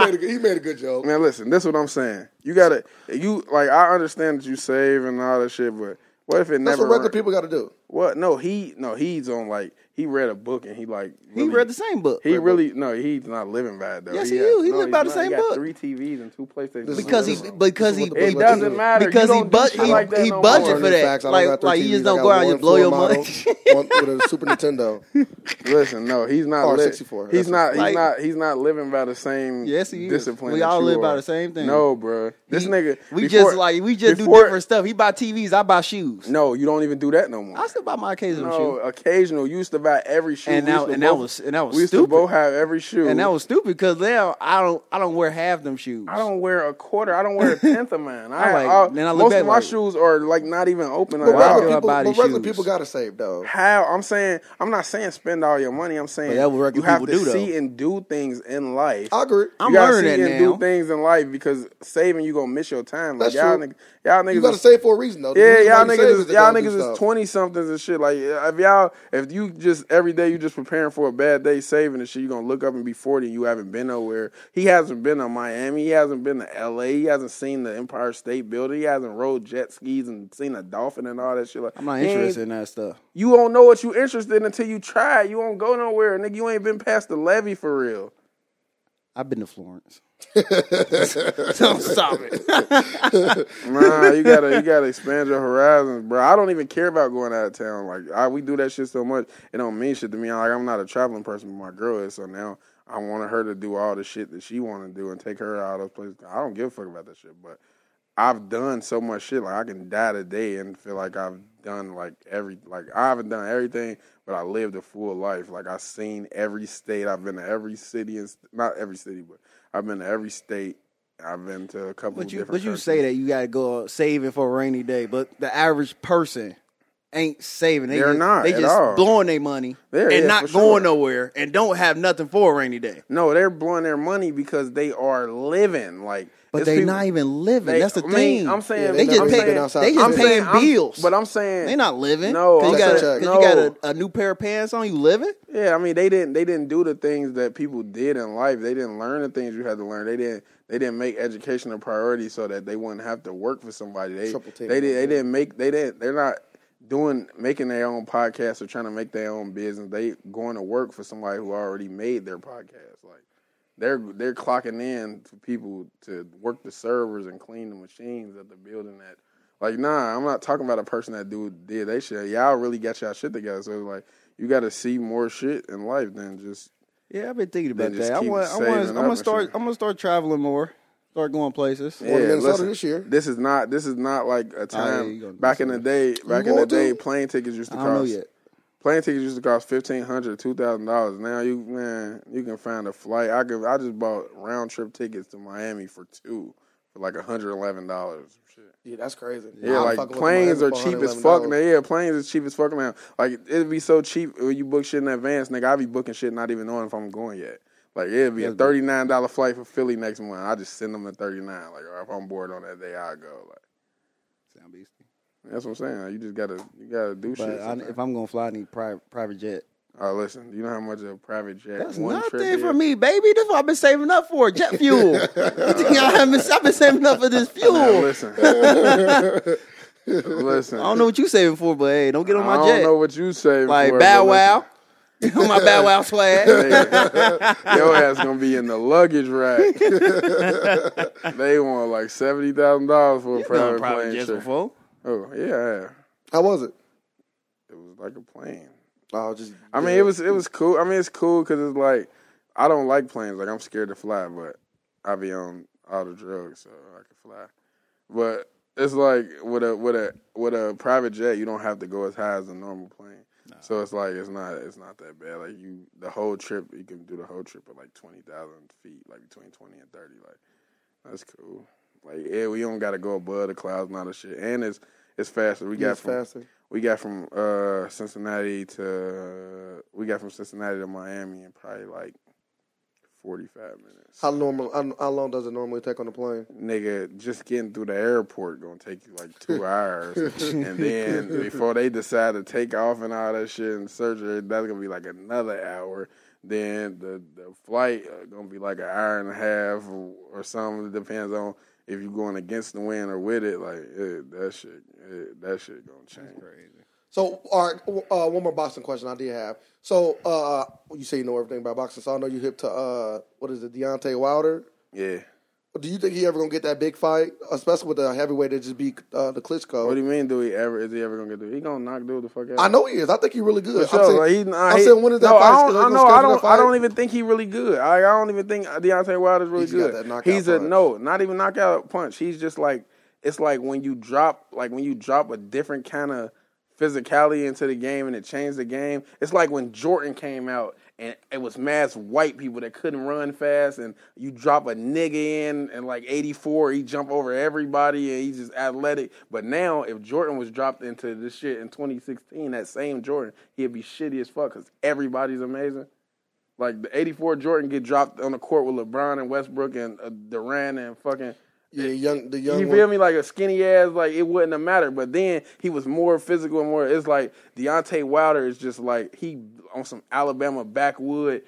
made a good, he made a good joke. Man, listen, this is what I'm saying. You gotta you like I understand that you save and all that shit, but what if it That's never what regular run- people got to do. What? No, he no, he's on like he read a book and he like He really- read the same book. He really no, he's not living by it though. Yes, he is. He no, lived he's by the not. same he got book. Three TVs and two PlayStations. because This is he what because the he book It doesn't matter. because You he don't do but shit he, like that he no more. budget for Learning that. facts, I don't Like got like you three just TVs, don't I go got out and one just blow your floor model, money. one with a Super Nintendo. listen, no, he's not. Or li- 64, He's that's not. He's Like- not. He's not living by the same. Yes, he is. discipline. We that all you live by are. the same thing. No, bro. This nigga. we before- just like we just before- do different stuff. He buy TVs, I buy shoes. No, you don't even do that no more. I still buy my occasional No, shoe. occasional. You used to buy every shoe, And We used that- to and that was- and that was We used stupid. to both have every shoe, And that was stupid because now I don't I don't wear half them shoes. I don't wear a quarter. I don't wear a tenth of mine. I, I like- I- then I look most back of my like- shoes are like not even open. Like, But Wow. regular Yeah, how, people, body but regular shoes. people got to save though. how- I'm saying I'm not saying spend all your money. I'm saying But that's what you regular have to people do, though. see and do things in life. I agree. I'm you gotta learning see that and now. do things in life because saving you gonna miss your time. Like That's y'all true. niggas, y'all niggas you got to is- save for a reason though. The Yeah, reason why y'all you save niggas, is, that y'all they don't do niggas is stuff. twenty somethings and shit. Like if y'all, if you just every day you just preparing for a bad day saving and shit, you gonna look up and be forty and you haven't been nowhere. He hasn't been to Miami. He hasn't been to L.A. He hasn't seen the Empire State Building. He hasn't rode jet skis and seen a dolphin and all that shit. Like I'm not he ain't- interested in that stuff. You don't know what you interested in until you try. it. You won't go nowhere, nigga. You ain't been past the levee for real. I've been to Florence. so stop it. Nah, you gotta you gotta expand your horizons, bro. I don't even care about going out of town. Like I, we do that shit so much, it don't mean shit to me. Like I'm not a traveling person, but my girl is. So now I wanted her to do all the shit that she want to do and take her out of those places. I don't give a fuck about that shit, but I've done so much shit. Like I can die today and feel like I've done like every like I haven't done everything, but I lived a full life. Like I've seen every state. I've been to every city and st- not every city, but I've been to every state. I've been to a couple. But you different but you countries. say that you gotta go saving for a rainy day, but the average person ain't saving. They They're just, not They at just all. blowing their money Yeah, and yeah, not for sure. going nowhere and don't have nothing for a rainy day. No, they're blowing their money because they are living. Like, But it's they're people- not even living. they- That's the I mean, thing. I'm saying Yeah, they, they just never pay, been outside they the just city. paying I'm- bills. but I'm saying they not living. No, 'Cause I'm you got, saying- a, 'cause you got no. a, a new pair of pants on. You living? Yeah, I mean, they didn't. They didn't do the things that people did in life. They didn't learn the things you had to learn. They didn't. They didn't make education a priority so that they wouldn't have to work for somebody. They Triple team. they did. They didn't make. They didn't. They're not doing making their own podcast or trying to make their own business. They going to work for somebody who already made their podcast. Like they're they're clocking in to people to work the servers and clean the machines at the building that like nah, I'm not talking about a person that do did they shit. Y'all really got y'all shit together. So it's like you gotta see more shit in life than just Yeah, I've been thinking about just that. I keep want. I saving want. I'm up gonna and start. shit. I'm gonna start traveling more. Start going places. to Minnesota this year. This is not this is not like a you time gonna do back in the day back in the going to? day plane tickets used to I cost don't know yet. plane tickets used to cost fifteen hundred, two thousand dollars. Now you man, you can find a flight. I could I just bought round trip tickets to Miami for two for like hundred eleven dollars. Yeah, that's crazy. Yeah, I'll fuck like with planes mine are for cheap as fuck, $111. man. Yeah, planes is cheap as fuck now. Like it'd be so cheap when you book shit in advance, nigga. I be booking shit not even knowing if I'm going yet. Like it'd be a thirty nine dollar flight for Philly next month. I just send them a thirty nine. Like or if I'm bored on that day, I will go. Like Sound beastie. that's what I'm saying. Like, you just gotta you gotta do shit. But I, sometimes. if I'm gonna fly, I need private private jet. Oh, listen, you know how much a private jet That's one nothing trip for is? me, baby. That's what I've been saving up for jet fuel. you think I haven't? I've been saving up for this fuel. Now, I listen, listen. don't know what you saving for, but hey, don't get on I my don't jet. know what you say. Like for, Bow but Wow, on my Bow Wow swag. listen, Your ass gonna be in the luggage rack. they want like seventy thousand dollars for a private, Done private plane jets trip. before. Oh yeah, yeah, How was it? it was like a plane. Oh, just I mean, it was it was cool. I mean, it's cool because it's like I don't like planes. Like I'm scared to fly, but I be on all the drugs, so I can fly. But it's like with a with a with a private jet, you don't have to go as high as a normal plane. So it's like it's not it's not that bad. Like you, the whole trip, you can do the whole trip at like twenty thousand feet, like between twenty and thirty. Like that's cool. Like yeah, we don't got to go above the clouds and all the shit. And it's it's faster. We got it's from- faster. we got from uh, Cincinnati to we got from Cincinnati to Miami in probably like forty five minutes. How normal? How, how long does it normally take on the plane? Nigga, just getting through the airport gonna take you like two hours, and then before they decide to take off and all that shit and surgery, that's gonna be like another hour. Then the the flight uh, gonna be like an hour and a half or, or something. It depends on if you're going against the wind or with it. Like it, that shit, it, that shit gonna change. So, all right, w- uh, one more boxing question I did have. So, uh, you say you know everything about boxing, so I know you hip to uh, what is it, Deontay Wilder? Yeah. Do you think he ever gonna get that big fight, especially with the heavyweight that just beat uh, the What Klitschko? do you mean? Do he ever? Is he ever gonna get through? He gonna knock dude the fuck out? I know he is. I think he really good. For sure. I'm saying, like, he, nah, I'm he- saying when is that no, fight? I Is don't. they I gonna know. I schedule that don't. I fight? don't even think he really good. I, I don't even think Deontay Wilder's really He's got good. that knockout He's a punch. no, not even knockout punch. He's just like it's like when you drop like when you drop a different kind of physicality into the game and it changed the game. It's like when Jordan came out and it was mass white people that couldn't run fast and you drop a nigga in and like 84 he jump over everybody and he's just athletic. But now if Jordan was dropped into this shit in 2016 that same Jordan, he'd be shitty as fuck cuz everybody's amazing. Like the '84 Jordan get dropped on the court with LeBron and Westbrook and uh, Durant and fucking. Yeah, young, the young You one. feel me? Like a skinny ass, like it wouldn't have mattered. But then he was more physical and more. It's like Deontay Wilder is just like he on some Alabama backwood,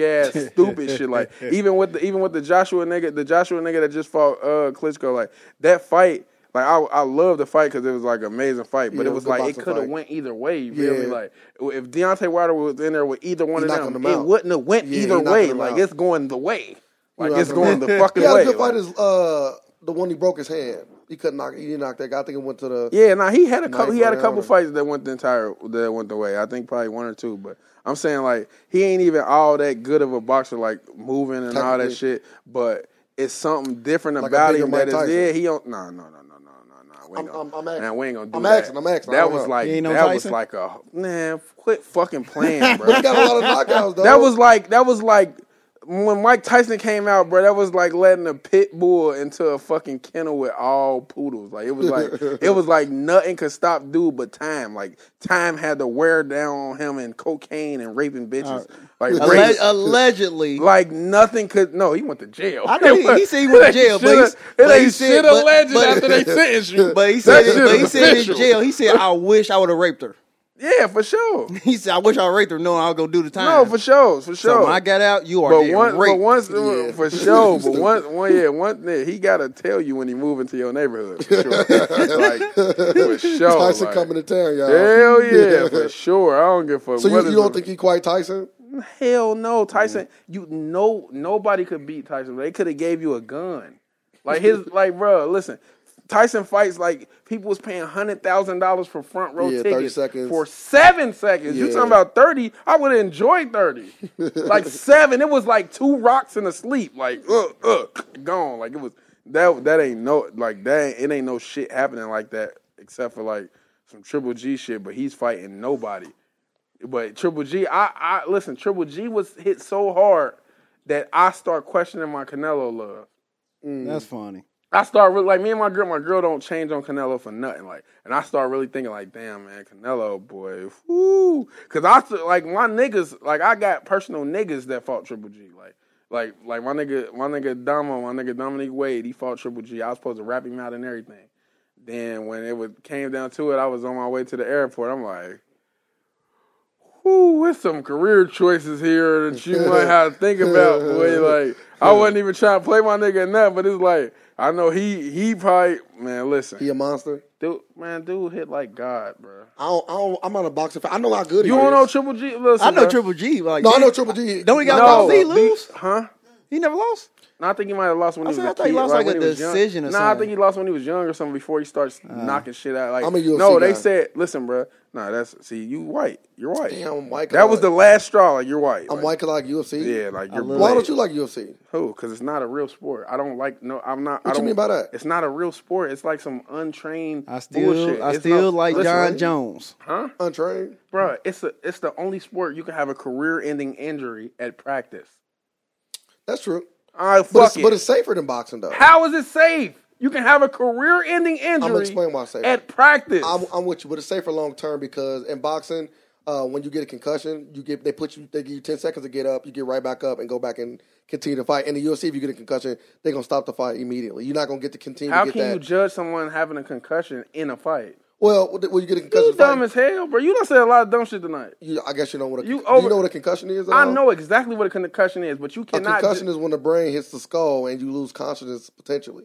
ass, stupid shit. Like even with the even with the Joshua nigga, the Joshua nigga that just fought uh Klitschko, like that fight. Like I, I love the fight because it was like an amazing fight, but Yeah, it was good like it boxing could have fight. went either way. You feel Yeah. me? Like if Deontay Wilder was in there with either one He of knocking them, them it out. wouldn't have went Yeah, he either knocking way. them Like out. it's going the way. Like knocking it's them going out. the fucking He had way. a good fight. Like- Is uh, the one he broke his hand? He couldn't knock. He didn't knock that guy. I think it went to the. Yeah, now he had a couple. Nice He had a round. couple fights that went the entire that went the way. I think probably one or two, but I'm saying like he ain't even all that good of a boxer, like moving and all that Technically. shit. But it's something different Like a about bigger him that Mike is. Tyson. Yeah, he don't. No, no, no, no, no, no, no. We ain't I'm- gonna- I'm- I'm asking. Nah, we ain't gonna do I'm that. asking, I'm asking, I That don't was know. like You ain't no that was Tyson? like a man. Quit fucking playing, bro. He got a lot of knockouts. Though. Oh. That was like that was like when Mike Tyson came out, bro. That was like letting a pit bull into a fucking kennel with all poodles. Like it was like it was like nothing could stop dude but time. Like time had to wear down on him and cocaine and raping bitches. Like Uh, Alleg- rape- allegedly, like nothing could. No, he went to jail. I know he- he said he went to jail, but he's- it but he ain't said- shit but- alleged but- after they sentenced you. but he That said, shit but he is said in official. jail, he said, "I wish I would have raped her." yeah, for sure. He said, "I wish I raped her, knowing I was gonna do the time." No, for sure, for sure. So when I got out, you are But getting once, but raped. once, uh, for sure. But once, one, yeah, one, yeah, he gotta tell you when he move into your neighborhood. For sure, like for sure. Tyson like, coming to town, y'all. Hell yeah, for sure. I don't give a fuck. So you, what is you don't the- think he quite Tyson? Hell no, Tyson. You no nobody could beat Tyson. They could have gave you a gun. Like his like bro, listen. Tyson fights like people was paying hundred thousand dollars for front row Yeah, 30 tickets seconds. for seven seconds. You Yeah. talking about thirty? I would have enjoyed thirty. like seven, it was like two rocks in a sleep. Like ugh, ugh, gone. Like it was that that ain't no like that. ain't- It ain't no shit happening like that except for like some Triple G shit. But he's fighting nobody. But Triple G, I, I listen. Triple G was hit so hard that I start questioning my Canelo love. Mm. That's funny. I start really like me and my girl. My girl don't change on Canelo for nothing. Like, and I start really thinking like, damn man, Canelo boy, whoo, because I th- like my niggas. Like I got personal niggas that fought Triple G. Like, like, like my nigga, my nigga Damo, my nigga Dominic Wade. He fought Triple G. I was supposed to rap him out and everything. Then when it was came down to it, I was on my way to the airport. I'm like. Ooh, with some career choices here that you might have to think about, boy. Like I wasn't even trying to play my nigga in that, but it's like I know he he probably man. Listen, He a monster. dude, man, dude hit like God, bro. I don't, I don't, I'm not a boxing fan. I know how good he You is. don't know Triple G? Listen, I know bro. Triple G. but, Like, No, I know Triple G. Don't he got No. lost? Did he lose? huh? He never lost. No, I think he might have lost when I he was said, a I thought he kid, lost, right, like, when a he was young. decision or Nah, I something. think he lost when he was young or something before he starts knocking shit out. Like Ah. I'm a UFC no, guy. they said, listen, bro. Nah, that's see, you white, you're white. Damn, I'm white. 'cause I that was the like- last straw. Like you're white. I'm Like, white because I like UFC. Yeah, like you're Why black. don't you like UFC? Who? Because it's not a real sport. I don't like. No, I'm not. I What you don't, mean by that? It's not a real sport. It's like some untrained. I still, bullshit. I It's still not- like listen, John Jones. Huh, Untrained. bro? It's a, it's the only sport you can have a career-ending injury at practice. That's true. I fuck But it's, it. but it's safer than boxing though. How is it safe? You can have a career-ending injury. explain why it's safe. at practice. I'm, I'm with you, but it's safer long term because in boxing, uh, when you get a concussion, you get they put you they give you ten seconds to get up, you get right back up and go back and continue to fight. In the UFC, if you get a concussion, they're gonna stop the fight immediately. You're not gonna get to continue. How to get can that. you judge someone having a concussion in a fight? Well, what- when you get a You concussion, dumb fight, as hell, bro. You done said a lot of dumb shit tonight. you, I guess you know what a You you, over- you know what a concussion is. at I all? know exactly what a concussion is, but you a cannot. ju- concussion is when the brain hits the skull and you lose consciousness potentially.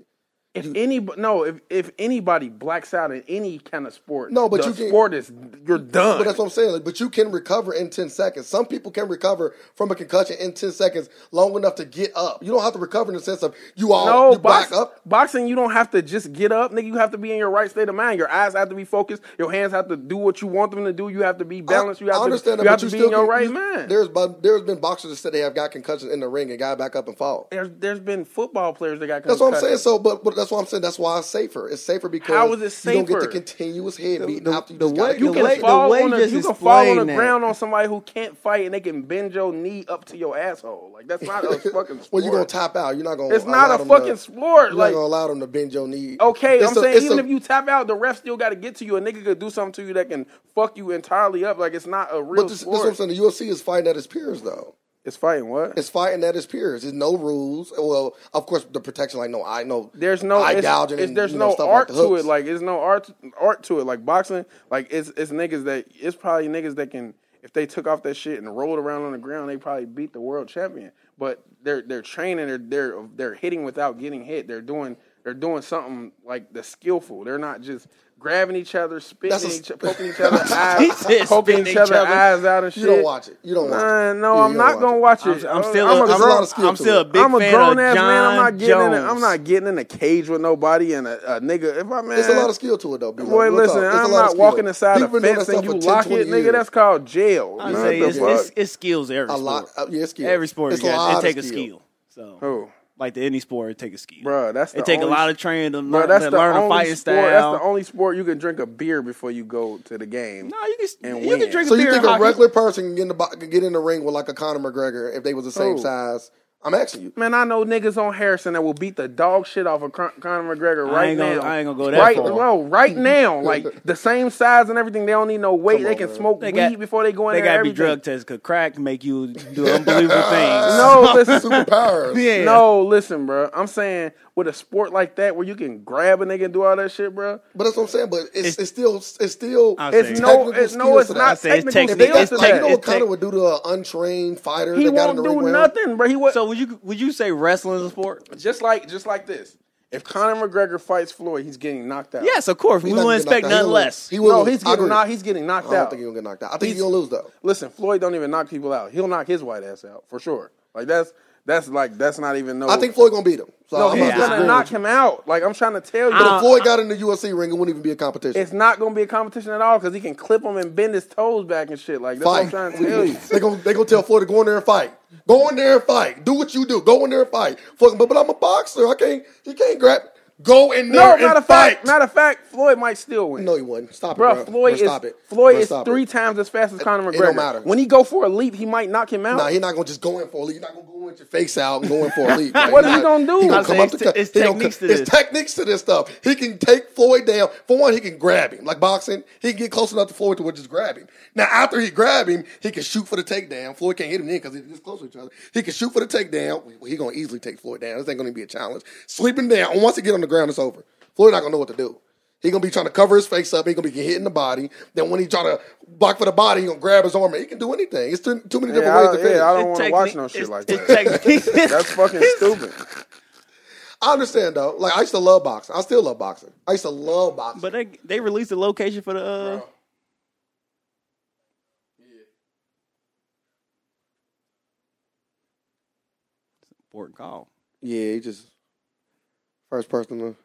If any no, if if anybody blacks out in any kind of sport, No, but the you can- sport is you're done. But that's what I'm saying. Like, but you can recover in 10 seconds. Some people can recover from a concussion in 10 seconds long enough to get up. You don't have to recover in the sense of you all no, you back box, up. boxing, you don't have to just get up, nigga. You have to be in your right state of mind. Your eyes have to be focused. Your hands have to do what you want them to do. You have to be balanced. You have I understand to, that, you but have you to be still in your can- right you- mind. There's bu- there's been boxers that said they have got concussions in the ring and got back up and fought. there's there's been football players that got That's what I'm saying. concussions. So, but, but that's what I'm saying. That's why it's safer. It's safer because How is it you don't get the safer? continuous head beating the- after you the just got way- a the You can way- concussion. fall way on the, just you can fall on the explained that. ground on somebody who can't fight and they can bend your knee up to your asshole. Like that's not a fucking sport. Well, you're gonna tap out. You're not gonna. It's allow not a them fucking to, sport. You're Like not gonna allow them to bend your knee. Okay, It's I'm a- saying it's even a- if you tap out, the ref still got to get to you. A nigga could do something to you that can fuck you entirely up. Like it's not a But real this, this is what sport. I'm saying. The UFC is fighting at its peers, though. it's fighting what? It's fighting at its peers. There's no rules. Well, of course, the protection. Like no, I know. there's no eye it's- gouging. it's- and, there's you know, no stuff art like the to hooks. it. Like it's no art art to it. Like boxing, like it's it's niggas that it's probably niggas that can if they took off that shit and rolled around on the ground, they probably beat the world champion. But they're they're training, they're they're they're hitting without getting hit. They're doing they're doing something like the skillful. They're not just grabbing each other, spitting, That's a each, sp- poking each other He eyes, said poking spitting each other each other. eyes out and shit. you don't watch it. You don't watch Nah, it. no, Yeah, I'm you not don't gonna it. watch I'm, it. I'm still, I'm a there's a grown- lot of skill I'm to still it. a big I'm a fan grown of ass John man. I'm not getting in. A, I'm Jones. not getting in a cage with nobody and a, a nigga. If I man, It's a lot of skill to it, though. B-Lo. Boy, Real listen, talk. It's a lot I'm of not skill. walking inside a People been doing fence that and stuff you for lock 10, it, 20 nigga. years. That's called jail. I Man, say what it's, the it's, fuck? it's skills every a sport. lot. Uh, yeah, it's skill. Every sport It's you a got, lot it of take a skill. skill. So Oh, like the any sport, it take a skill. Bruh, that's the it take only- a lot of training to learn, Bro, that's to the learn a only fighting sport. style. That's the only sport you can drink a beer before you go to the game. no, you can and you win. can drink So a beer. you think in a hockey. regular person can get in the bo- can get in the ring with like a Conor McGregor if they was the same Who? size? I'm asking you. Man, I know niggas on Harrison that will beat the dog shit off of Con- Conor McGregor right ain't gonna- now. I ain't gonna go that right, far. Well, right now, like the same size and everything. They don't need no weight. they on, can man. smoke They weed got- before they go in They there. gotta be everything. drug tested because crack make you do unbelievable things. No, listen, Ah, Superpowers. Yeah. No, listen, bro. I'm saying with a sport like that where you can grab a nigga and do all that shit, bro. But that's what I'm saying. But it's, it's, still it's still I'll say It's no, technical it's no, skills it's to not that. say it's technical technical- If they skills got, it's to like, you know that. what it's Conor tech- would do to an untrained fighter He that got in won't the ring do with him? nothing, bro. He would So would you would you say wrestling is a sport? just like just like this. If Conor McGregor fights Floyd, he's getting knocked out. Yes, of course. We He's not won't gonna get knocked expect out. nothing He'll less. lose. He will. No, lose. he's I agree. getting knocked. He's getting I knocked don't out. think he's gonna get knocked out. I think he's gonna lose though. Listen, Floyd don't even knock people out. He'll knock his white ass out for sure. Like that's that's like that's not even no. I think Floyd gonna beat him. So no, I'm he's not disagreeing gonna with knock you. him out. Like I'm trying to tell you, But if Floyd got in the UFC ring, it wouldn't even be a competition. it's not gonna be a competition at all because he can clip him and bend his toes back and shit. Like that's fight. what I'm trying to tell you. they gonna they gonna tell Floyd to go in there and fight. Go in there and fight. Do what you do. Go in there and fight. Fuck, but, but I'm a boxer. I can't. He can't grab. Go in No, there matter and of fact, fight. matter of fact, Floyd might still win. no, he wouldn't. Stop Bro, it, bro. Floyd is stop it. Floyd Bruh, is stop three It. times as fast as Conor McGregor. it don't matter. When he go for a leap, he might knock him out. Nah, he's not gonna just go in for a leap. He's not gonna go in with your face out and go in for a leap. What Like, is he nah, gonna do? He I gonna come was saying, up to it's- cut. it's He gonna techniques cut- to It's this. techniques to this stuff. He can take Floyd down. For one, he can grab him like boxing. He can get close enough to Floyd to where just grab him. Now, after he grab him, he can shoot for the takedown. Floyd can't hit him then because they're just close to each other. He can shoot for the takedown. He gonna easily take Floyd down. This ain't gonna be a challenge. Sleeping down. And once he get on the ground, it's over. Floyd not gonna know what to do. He gonna be trying to cover his face up. He gonna be getting hit in the body. Then when he try to block for the body, he gonna grab his arm. and He can do anything. It's too, too many Yeah, different I, ways to yeah, finish. I don't want to Technique- watch no shit it's- like it's that. technique. That's fucking stupid. I understand though. Like I used to love boxing. I still love boxing. I used to love boxing. But they they released the location for the. Uh, Important call. yeah, he just first person to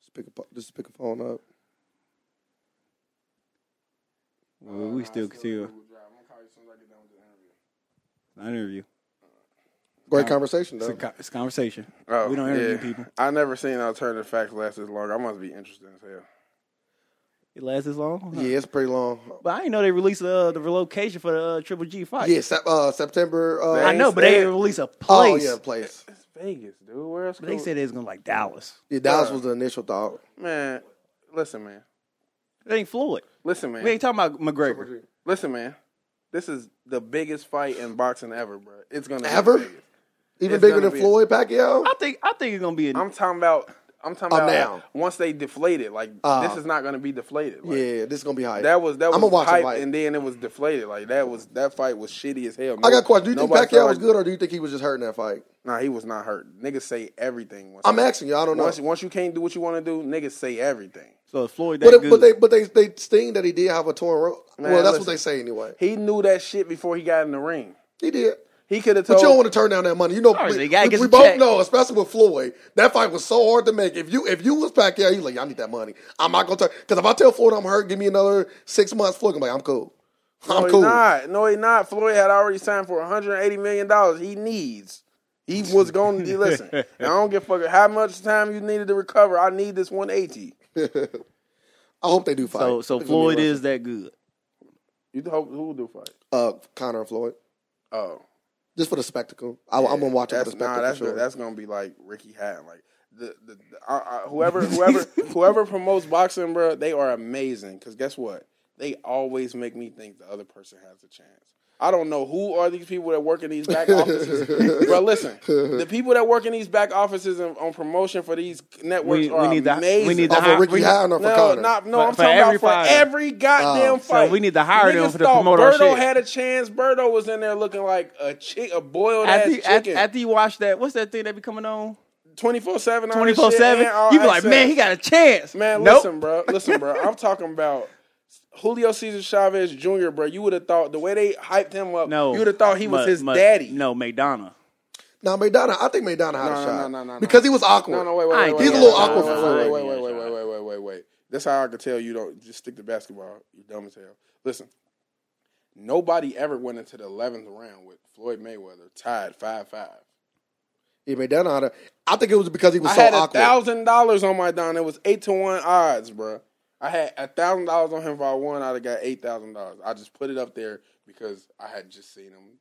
just pick a just pick a phone up. Well, we still continue an interview. Great conversation It's though. a, co- it's a conversation. Oh, we don't interview yeah. people. I never seen alternative facts last this long. I must be interested as hell. It lasts this long. yeah, it's pretty long. But I didn't know they released uh, the location for the uh, Triple G fight. Yeah, sep- uh, September. Uh, I know, but they didn't release a Oh place. yeah, place. It's Vegas, dude. Where else? But they could- said it was gonna like Dallas. Yeah, Dallas was the initial thought. man, listen, man, It ain't Floyd. listen, man. We ain't talking about McGregor. Listen, man, this is the biggest fight in boxing ever, bro. It's gonna be Ever? Vegas. Even It's bigger gonna than be- Floyd Pacquiao. I think I think it's gonna be. A, I'm talking about. I'm talking I'm about down. once they deflate it. Like Oh, Uh, this is not gonna be deflated. Like, yeah, this is gonna be hype. That was that I'ma was watch it hype, live. and then it was deflated. Like that was that fight was shitty as I hell. No- got a question. Do you think nobody Pacquiao felt was like- good, or do you think he was just hurting that fight? Nah, he was not hurt. Niggas say everything. Once I'm asking you. I don't know. once, once you can't do what you want to do, niggas say everything. so is Floyd that But, good. but they but they they sting that he did have a torn rope. Man, well, that's listen. what they say anyway. He knew that shit before he got in the ring. He did. He could have But told. you don't want to turn down that money. You know, course, we, they gotta we- get we the both check. know, especially with Floyd, that fight was so hard to make. If you if you was Pacquiao, you like, I need that money. I'm not gonna turn because if I tell Floyd I'm hurt, give me another six months. Floyd, I'm like, I'm cool. I'm no, he cool. not. No, he not. Floyd had already signed for 180 million dollars. He needs. He was going to listen. I don't give a fuck how much time you needed to recover. I need this 180. I hope they do fight. so so It's gonna be Floyd is that good. You hope who will do fight? a- uh, Connor and Floyd, Oh, just for the spectacle. I, I'm gonna watch it for the that's spectacle. nah. That's for sure. that's gonna be like Ricky Hatton. Like the the, the I, I, whoever whoever whoever promotes boxing, bro, they are amazing. Because guess what? They always make me think the other person has a chance. I don't know who are these people that work in these back offices. but listen, the people that work in these back offices and on promotion for these networks We- we are need to- we amazing. need to Oh, hire- for Ricky we- Howard or for No, Connor? not, no, For- I'm for talking every fight. about for every goddamn Oh. So fight. we need to hire them Niggas for to thought promote our Birdo shit. had a chance. Birdo was in there looking like a chick, a boiled After, ass after, chicken. after you watch that, what's that thing that be coming on? 24 7 Twenty four seven. You be like, man, he got a chance. man Nope. listen bro listen bro i'm talking about julio cesar chavez jr bro you would have thought the way they hyped him up No, you would have thought he was Ma- his Ma- daddy No, Madonna. Now Madonna, I think Madonna had No, a no, shot no, no, no, no. because he was awkward. no no wait wait I wait, ain't wait He's a wait, little wait, awkward wait, for wait, Floyd. wait wait wait wait wait wait wait wait that's how i could tell you don't just stick to basketball you dumb as hell listen nobody ever went into the 11th round with floyd mayweather tied 5-5 Yeah, Madonna had a. I think it was because he was I so had a awkward. thousand dollars on my Don. It was eight to one odds, bruh. I had a thousand dollars on him. If I won, I'd have got eight thousand dollars. I just put it up there because I had just seen him.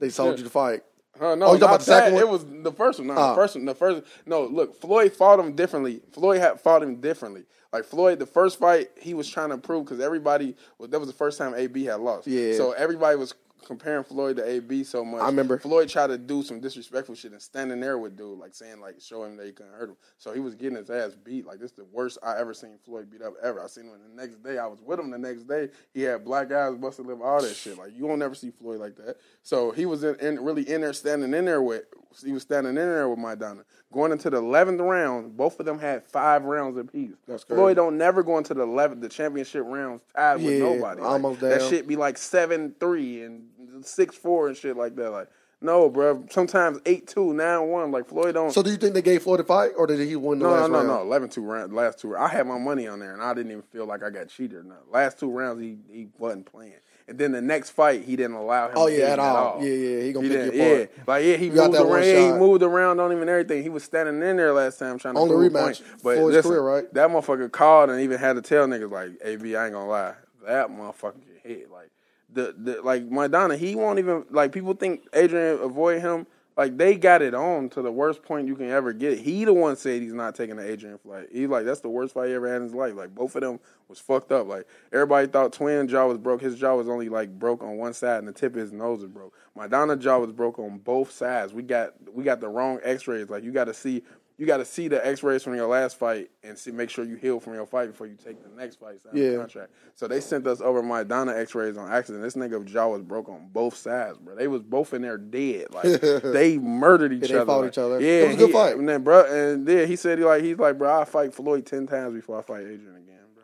They sold you the fight. Huh, no, Oh, you talking not about the second one? that. It was the first one. No, Ah. the first one. The first. No, look, Floyd fought him differently. Floyd had fought him differently. Like Floyd, the first fight, he was trying to prove because everybody. Well, that was the first time AB had lost. Yeah. So everybody was comparing Floyd to AB so much. I remember. Floyd tried to do some disrespectful shit and standing there with dude, like saying like show him that he couldn't hurt him. So he was getting his ass beat. Like this is the worst I ever seen Floyd beat up ever. I seen him the next day. I was with him the next day. He had black eyes, busted lip, all that shit. Like you won't never see Floyd like that. So he was in, in really in there standing in there with he was standing in there with my Donna. Going into the eleventh round, both of them had five rounds apiece. That's crazy. Floyd don't never go into the eleventh the championship rounds tied with Yeah, nobody. Like, almost that down. shit be like seven three and six four and shit like that. Like no, bro. Sometimes eight two nine one. Like Floyd don't. So do you think they gave Floyd a fight, or did he win the no, no, last no, round? no. Eleven two round. Last two. I had my money on there, and I didn't even feel like I got cheated or nothing. Last two rounds, he he wasn't playing. And then the next fight, he didn't allow him. Oh, to yeah, hit at him all. Yeah, yeah, he gonna pick didn't- you apart. Yeah, like yeah, he You got moved that one around. Yeah, he shot. moved around on him and everything. He was standing in there last time trying to On the prove a rematch point. But for his listen, career, right? That motherfucker called and even had to tell niggas like, "Ab, I ain't gonna lie, that motherfucker get hit like." The, the like Madonna, he won't even like people think Adrian avoid him. Like they got it on to the worst point you can ever get. He the one said he's not taking the Adrian fight. He like that's the worst fight he ever had in his life. Like both of them was fucked up. Like everybody thought Twin jaw was broke. His jaw was only like broke on one side and the tip of his nose was broke. Madonna jaw was broke on both sides. We got we got the wrong X rays. Like you got to see you got to see the X rays from your last fight and see make sure you heal from your fight before you take the next fight. Sign the Yeah. contract. So they sent us over Madonna X rays on accident. This nigga jaw was broke on both sides, bro. They was both in there dead. Like they murdered each Yeah, they other. fought like- each other. Yeah, It was a good he- fight. And then, bro, and then he said he like he's like, bro, I fight Floyd ten times before I fight Adrian again, bro.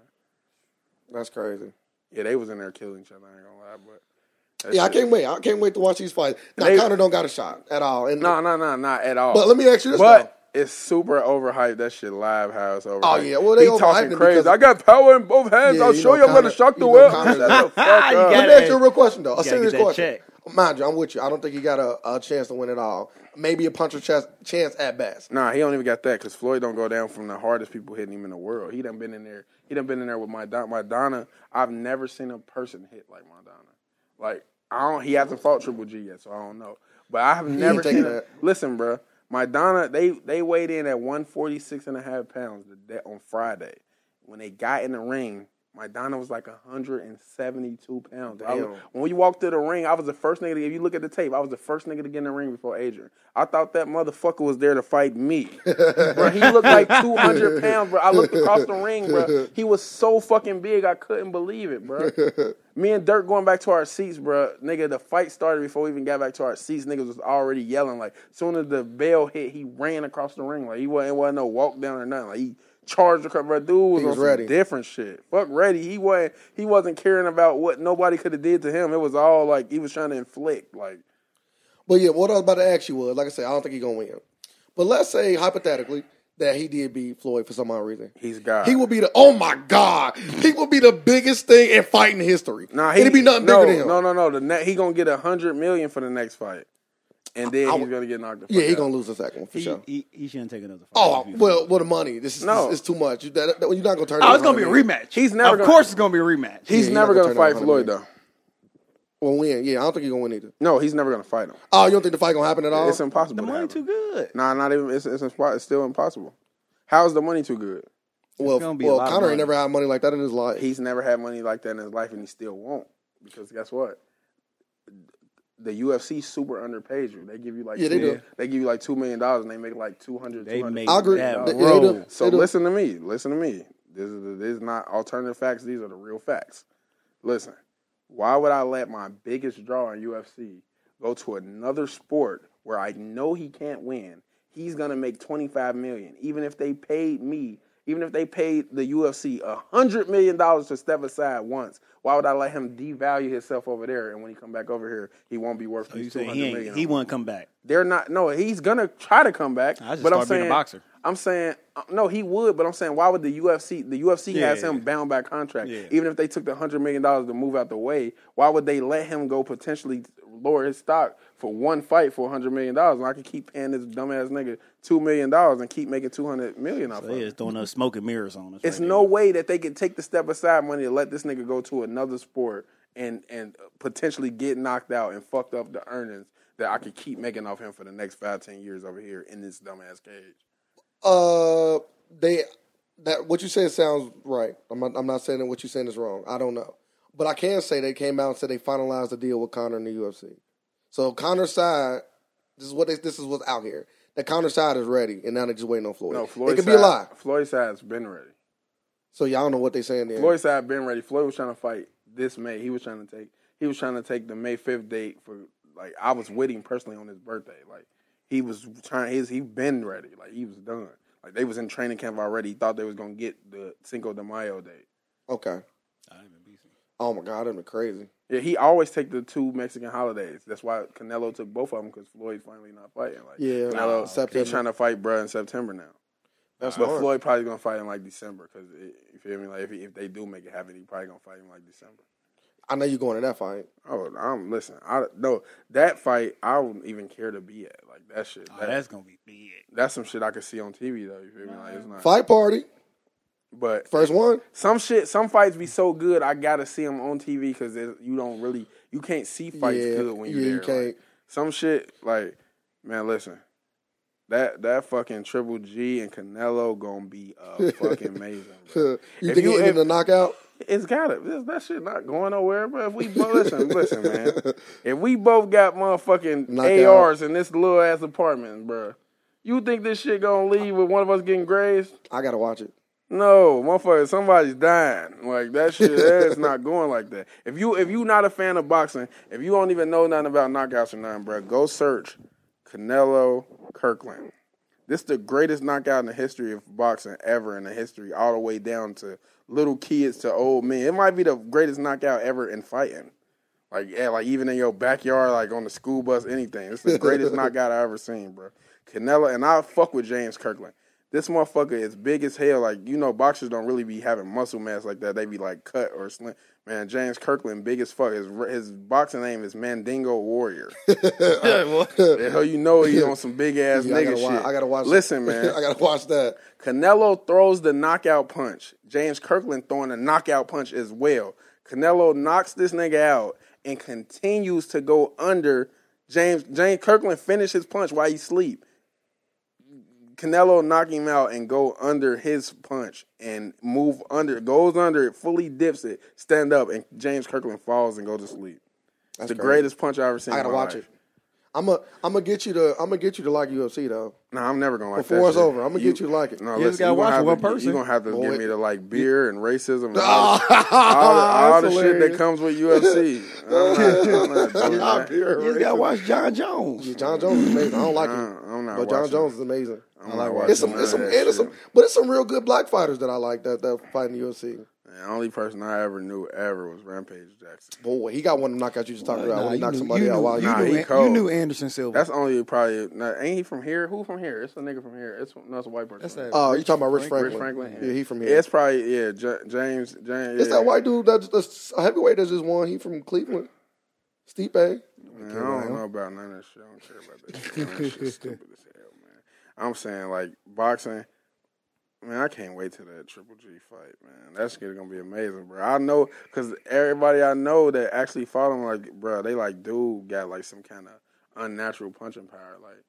That's crazy. Yeah, they was in there killing each other. I ain't gonna lie, but that Yeah, I shit- can't wait. I can't wait to watch these fights. Now They- Connor don't got a shot at all. And No, no, no, not at all. But let me ask you this But it's super overhyped. That shit live how it's overhyped. Oh, yeah. Well, they he overhyped talking it crazy. because- I got power in both hands. Yeah, I'll you show know, you I'm gonna Conor- shock the you know, world. Conor- Shut the fuck up. You Let gotta- me ask you a real question though, a get serious that question. check. Mind you, I'm with you. I don't think he got a, a chance to win at all. Maybe a puncher chance, chance at best. Nah, he don't even got that because Floyd don't go down from the hardest people hitting him in the world. He done been in there. He done been in there with my Madonna. I've never seen a person hit like Madonna. Like I don't. He hasn't fought Triple G yet, so I don't know. But I have never taking seen. A, that. listen, bruh, Madonna. They they weighed in at 146 and a half pounds the day, on Friday. When they got in the ring, Madonna was like 172 pounds. I was- Damn. when we walked through the ring, I was the first nigga. To, if you look at the tape, I was the first nigga to get in the ring before Adrian. I thought that motherfucker was there to fight me, bro. He looked like two hundred pounds, bro. I looked across the ring, bro. He was so fucking big, I couldn't believe it, bro. Me and Dirk going back to our seats, bro. Nigga, the fight started before we even got back to our seats. Niggas was already yelling. Like, soon as the bell hit, he ran across the ring. Like, he wasn't, it wasn't no walk down or nothing. Like, he charged across. Bro, dude was, He was on some ready. different shit. Fuck ready. He wasn't he wasn't caring about what nobody could have did to him. It was all like he was trying to inflict. Like But yeah, what I was about to ask you was, like I said, I don't think he's gonna win. But let's say hypothetically that he did beat Floyd for some odd reason. he's God. He will be the oh my god. He will be the biggest thing in fighting history. nah, he, It'd be nothing no, bigger than him. No, no, no. The ne- he gonna get a hundred million for the next fight. And then he's would- gonna get knocked the yeah, fuck he out. gonna lose the second one for He, sure. he, he shouldn't take another fight. Oh If you- well, well the money. This is No. this, is too much. You, that, that- you're not gonna turn. Oh, down it's gonna be a 100 million. rematch. He's never Of gonna- course, it's gonna be a rematch. He's Yeah, he never not gonna, gonna turn fight down 100 Floyd though. Well, win. Yeah, I don't think he's gonna win either. No, he's never gonna fight him. Oh, you don't think the fight gonna happen at all? It's impossible. the to money have him. too good. Nah, not even. It's it's, impo- it's still impossible. How is the money too good? well, gonna be a well, lot of Connor ain't money. never had money like that in his life. He's never had money like that in his life, and he still won't. Because guess what? The UFC super underpays you. They give you like Yeah, they two- do. they give you like two million dollars, and they make like two hundred. They make I agree. that They- they roll. do. So They do. listen to me. Listen to me. This is the, this is not alternative facts. These are the real facts. Listen, why would I let my biggest draw in UFC go to another sport where I know he can't win? He's gonna make twenty five million, even if they paid me, even if they paid the UFC hundred million dollars to step aside once. Why would I let him devalue himself over there, and when he come back over here, he won't be worth You these two saying he hundred ain't, million? he won't come back. They're not. No, he's gonna try to come back. I just but I'm start being saying, a boxer. I'm saying uh, no, he would. But I'm saying, why would the UFC? The UFC has Yeah. him bound by contract. Yeah. Even if they took the hundred million dollars to move out the way, why would they let him go potentially lower his stock for one fight for hundred million dollars? And I could keep paying this dumbass nigga two million dollars and keep making two hundred million off. of They it. just throwing up smoke and mirrors on us. It's right no now. way that they can take the step aside money to let this nigga go to another sport and and potentially get knocked out and fucked up the earnings that I could keep making off him for the next five ten years over here in this dumbass cage. Uh, they that what you said sounds right. I'm not, I'm not saying that what you're saying is wrong. I don't know, but I can say they came out and said they finalized the deal with Connor in the UFC. So Connor's side, this is what they, this is what's out here. The Connor side is ready, and now they're just waiting on Floyd. No, Floyd. it could side, be a lie. Floyd side's been ready. So y'all know what they're saying. Then. Floyd side been ready. Floyd was trying to fight this May. He was trying to take. He was trying to take the May fifth date for like I was with him personally on his birthday. Like he was trying. He's he been ready. Like he was done. Like they was in training camp already. He thought they was gonna get the Cinco de Mayo date. Okay. Oh my God, that'd be crazy. Yeah, he always take the two Mexican holidays. That's why Canelo took both of them because Floyd finally not fighting. Like, Yeah, Canelo, September. he's trying to fight bruh in September now. That's but smart. Floyd probably gonna fight in like December because you feel me? Like if, he, if they do make it happen, he probably gonna fight in like December. I know you're going to that fight. Oh, I'm listen. I no that fight. I wouldn't even care to be at like that shit. Oh, that, that's that's gonna be big. that's some shit I could see on TV though. You feel me? Like it's not. Fight party, But first one. some shit, some fights be so good. I gotta see them on TV because you don't really, you can't see fights Yeah, good when you're yeah, there. you can't. Like, some shit, like man, listen, that that fucking Triple G and Canelo gonna be uh, fucking amazing. bro. You If think you- you if- ended the knockout? It's gotta this, that shit not going nowhere, bro. If we both listen, listen, man. If we both got motherfucking Knockout. ARs in this little ass apartment, bro, you think this shit gonna leave with one of us getting grazed? I gotta watch it. No, motherfucker, somebody's dying. Like that shit, that's not going like that. If you if you not a fan of boxing, if you don't even know nothing about knockouts or nothing, bro, go search Canelo Kirkland. This the greatest knockout in the history of boxing ever in the history, all the way down to little kids to old men. It might be the greatest knockout ever in fighting. Like yeah, like even in your backyard, like on the school bus, anything. It's the greatest knockout I ever seen, bro. Canelo and I fuck with James Kirkland. This motherfucker is big as hell. Like you know, boxers don't really be having muscle mass like that. They be like cut or slim. Man, James Kirkland, big as fuck. His his boxing name is Mandingo Warrior. The hell you know he's on some big ass Yeah, I nigga gotta wa- shit. I gotta watch. Listen, man. I gotta watch that. Canelo throws the knockout punch. James Kirkland throwing a knockout punch as well. Canelo knocks this nigga out and continues to go under. James James Kirkland finish his punch while he sleep. Canelo knock him out and go under his punch and move under. Goes under it, fully dips it, stand up, and James Kirkland falls and goes to sleep. That's the crazy. greatest punch I ever seen. I gotta watch it. I'm a. I'm gonna get you to. I'm gonna get you to like UFC though. No, I'm never gonna like that. Before it's shit. over, I'm gonna get you to like it. No, You just listen, gotta you watch gonna have one to- person. You're gonna have to Boy. give me the like beer and racism and all, Ah, all the, all the that's shit that hilarious. comes with UFC. I'm not, I'm not doing I'll that. be right You just gotta watch John Jones. back. John Jones is amazing. I don't like him, Uh, I'm not but John watching Jones is amazing. I'm not watching It's some, none it's some, of and that it's some, shit. but it's some real good black fighters that I like that that fight in the UFC. The only person I ever knew ever was Rampage Jackson. Boy, he got one knockout you just talking about Nah, when he you knocked knew- somebody you out knew- while he Nah, you, he knew, cold. you knew Anderson Silva. That's only probably. Now, ain't he from here? Who from here? It's a nigga from here. It's from, no, it's a white person. That's that Oh, you talking about Rich Franklin? Rich Franklin. Yeah, he from Yeah, here. it's probably yeah. J- James James. It's yeah. that white dude that's, that's a heavyweight that just won. He from Cleveland. Stipe. Man, I don't know about none of that shit. I don't care about that shit. Man, that shit's stupid as hell, man. I'm saying like boxing. Man, I can't wait till that Triple G fight, man. That's gonna gonna be amazing, bro. I know because everybody I know that actually fought him, like, bro, they like, dude, got like some kind of unnatural punching power, like.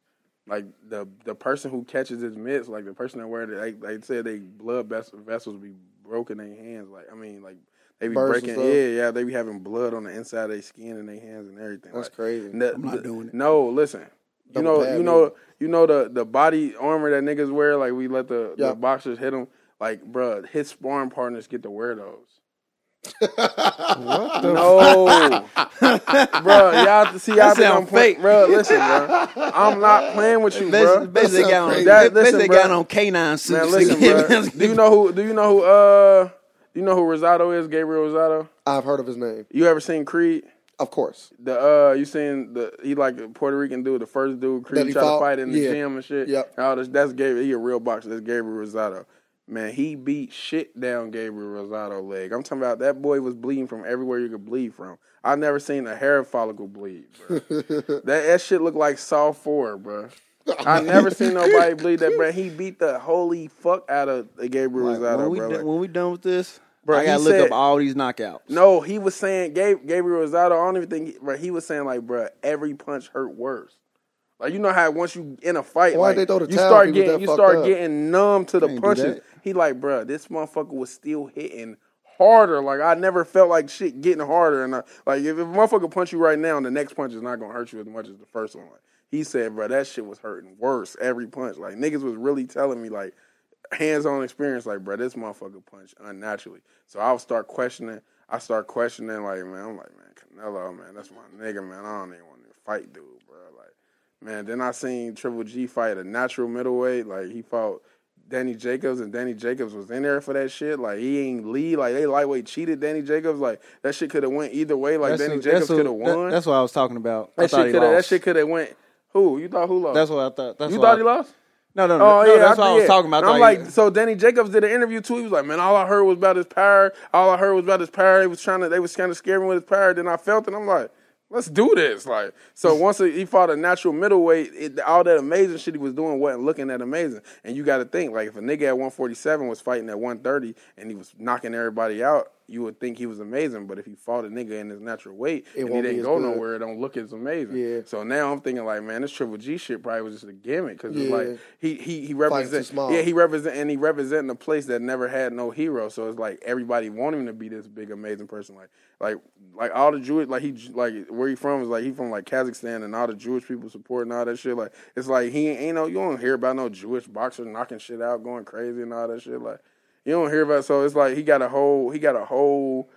Like the the person who catches his mitts, like the person that wear the, they they said they blood ves- vessels be broken in their hands. Like I mean, like they be Bursts and breaking, stuff. yeah, yeah, they be having blood on the inside of their skin and their hands and everything. That's Like, crazy. no, not th- doing it. No, listen. You Double know, pad you me. know, you know the the body armor that niggas wear. Like we let the, Yeah. the boxers hit him. Like, bruh, his sparring partners get to wear those. what No, bruh, y'all to see y'all That think sound I'm playing, fake. bruh. Listen, bruh, I'm not playing with you, Basically, bruh. basically That got on, sounds crazy. basically Listen, got bro. on canine suits. Man, to listen, get- bruh. Do you know who? Do you know who? Uh, do you know who Rosado is? Gabriel Rosado. I've heard of his name. You ever seen Creed? Of course. The uh, you seen the he like a Puerto Rican dude, the first dude That Creed he tried to fought? fight in the Yeah. gym and shit. Yep. Oh, that's, that's Gabriel. He a real boxer. That's Gabriel Rosado. Man, he beat shit down Gabriel Rosado leg. I'm talking about that boy was bleeding from everywhere you could bleed from. I've never seen a hair follicle bleed. Bro. that that shit looked like Saw Four, bro. I never seen nobody bleed that, bro. He beat the holy fuck out of Gabriel Rosado, when, we bro. done- Like- when we done with this, Bro, I gotta he look said- up all these knockouts. No, he was saying Gabe, Gabriel Rosado. I don't even think, bro. He was saying like, bro, every punch hurt worse. Like you know how once you in a fight, Why'd like, they throw the you towel start if he was getting that you fucked start up? getting numb to the Can't do punches. that. He like, bro, this motherfucker was still hitting harder. Like I never felt like shit getting harder. And I, like if a motherfucker punch you right now, the next punch is not gonna hurt you as much as the first one. Like, he said, bro, that shit was hurting worse every punch. Like niggas was really telling me like hands-on experience, like, bro, this motherfucker punch unnaturally. So I will start questioning. I start questioning, like, man, I'm like, man, Canelo, man, that's my nigga, man. I don't even want to fight, dude, bro. Like, man, then I seen Triple G fight a natural middleweight. Like, he fought Danny Jacobs, and Danny Jacobs was in there for that shit. Like, he ain't lead. Like, they lightweight cheated Danny Jacobs. Like, that shit could have went either way. Like, That's Danny who- that's Jacobs who- could have that- won. that's what I was talking about. I that thought shit he could have. That lost. shit could have went. Who you thought who lost? That's what I thought. That's you what thought I- he lost? No, no, no. Oh no, yeah, that's what I was yeah. talking about. And I'm like, so Danny Jacobs did an interview too. He was like, man, all I heard was about his power. All I heard was about his power. They was trying to, they was kind of scaring me with his power. Then I felt it. I'm like, let's do this. Like, so once he fought a natural middleweight, it, all that amazing shit he was doing wasn't looking that amazing. And you got to think, like, if a nigga at 147 was fighting at 130 and he was knocking everybody out. You would think he was amazing, but if he fought a nigga in his natural weight and he won't be didn't as go good. nowhere, it don't look as amazing. Yeah. So now I'm thinking like, man, this Triple G shit probably was just a gimmick because it's Yeah. like he he he Fights too represents small. yeah he represent and he representing a place that never had no hero so it's like everybody want him to be this big amazing person like like like all the Jewish like he like where he from is like he from like Kazakhstan and all the Jewish people supporting all that shit like it's like he ain't, ain't no you don't hear about no Jewish boxer knocking shit out going crazy and all that shit like you don't hear about so it's like he got a whole he got a whole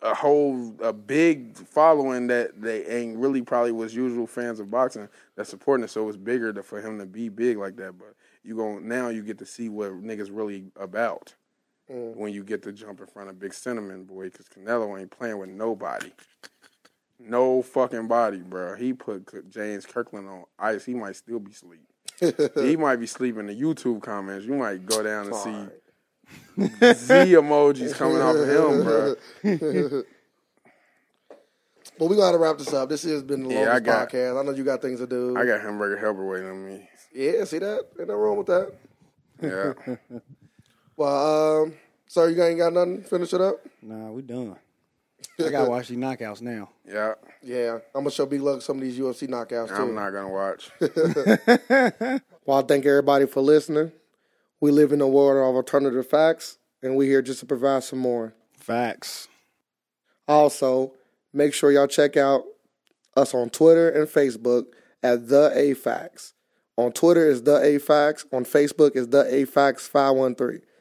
a whole a big following that they ain't really probably was usual fans of boxing that's supporting it. So it's bigger to, for him to be big like that. But you gon' now you get to see what niggas really about when you get to jump in front of Big Cinnamon boy because Canelo ain't playing with nobody. No fucking body, bro. He put K- James Kirkland on ice. He might still be asleep. he might be sleeping. The YouTube comments. You might go down and see Z emojis coming off of him, bro. But we gotta wrap this up. This has been the Yeah, longest I got- podcast. I know you got things to do. I got hamburger helper waiting on me. yeah, see that? Ain't nothing wrong with that. Yeah. Well, um, sir, you ain't got nothing. Finish it up. nah, we done. I gotta watch these knockouts now. Yeah. Yeah, I'm gonna show Big Luck some of these UFC knockouts too. I'm not going to watch. Well, I thank everybody for listening. We live in a world of alternative facts, and we're here just to provide some more. Facts. Also, make sure y'all check out us on Twitter and Facebook at The A Facts. On Twitter is The A Facts. On Facebook is The A Facts 513.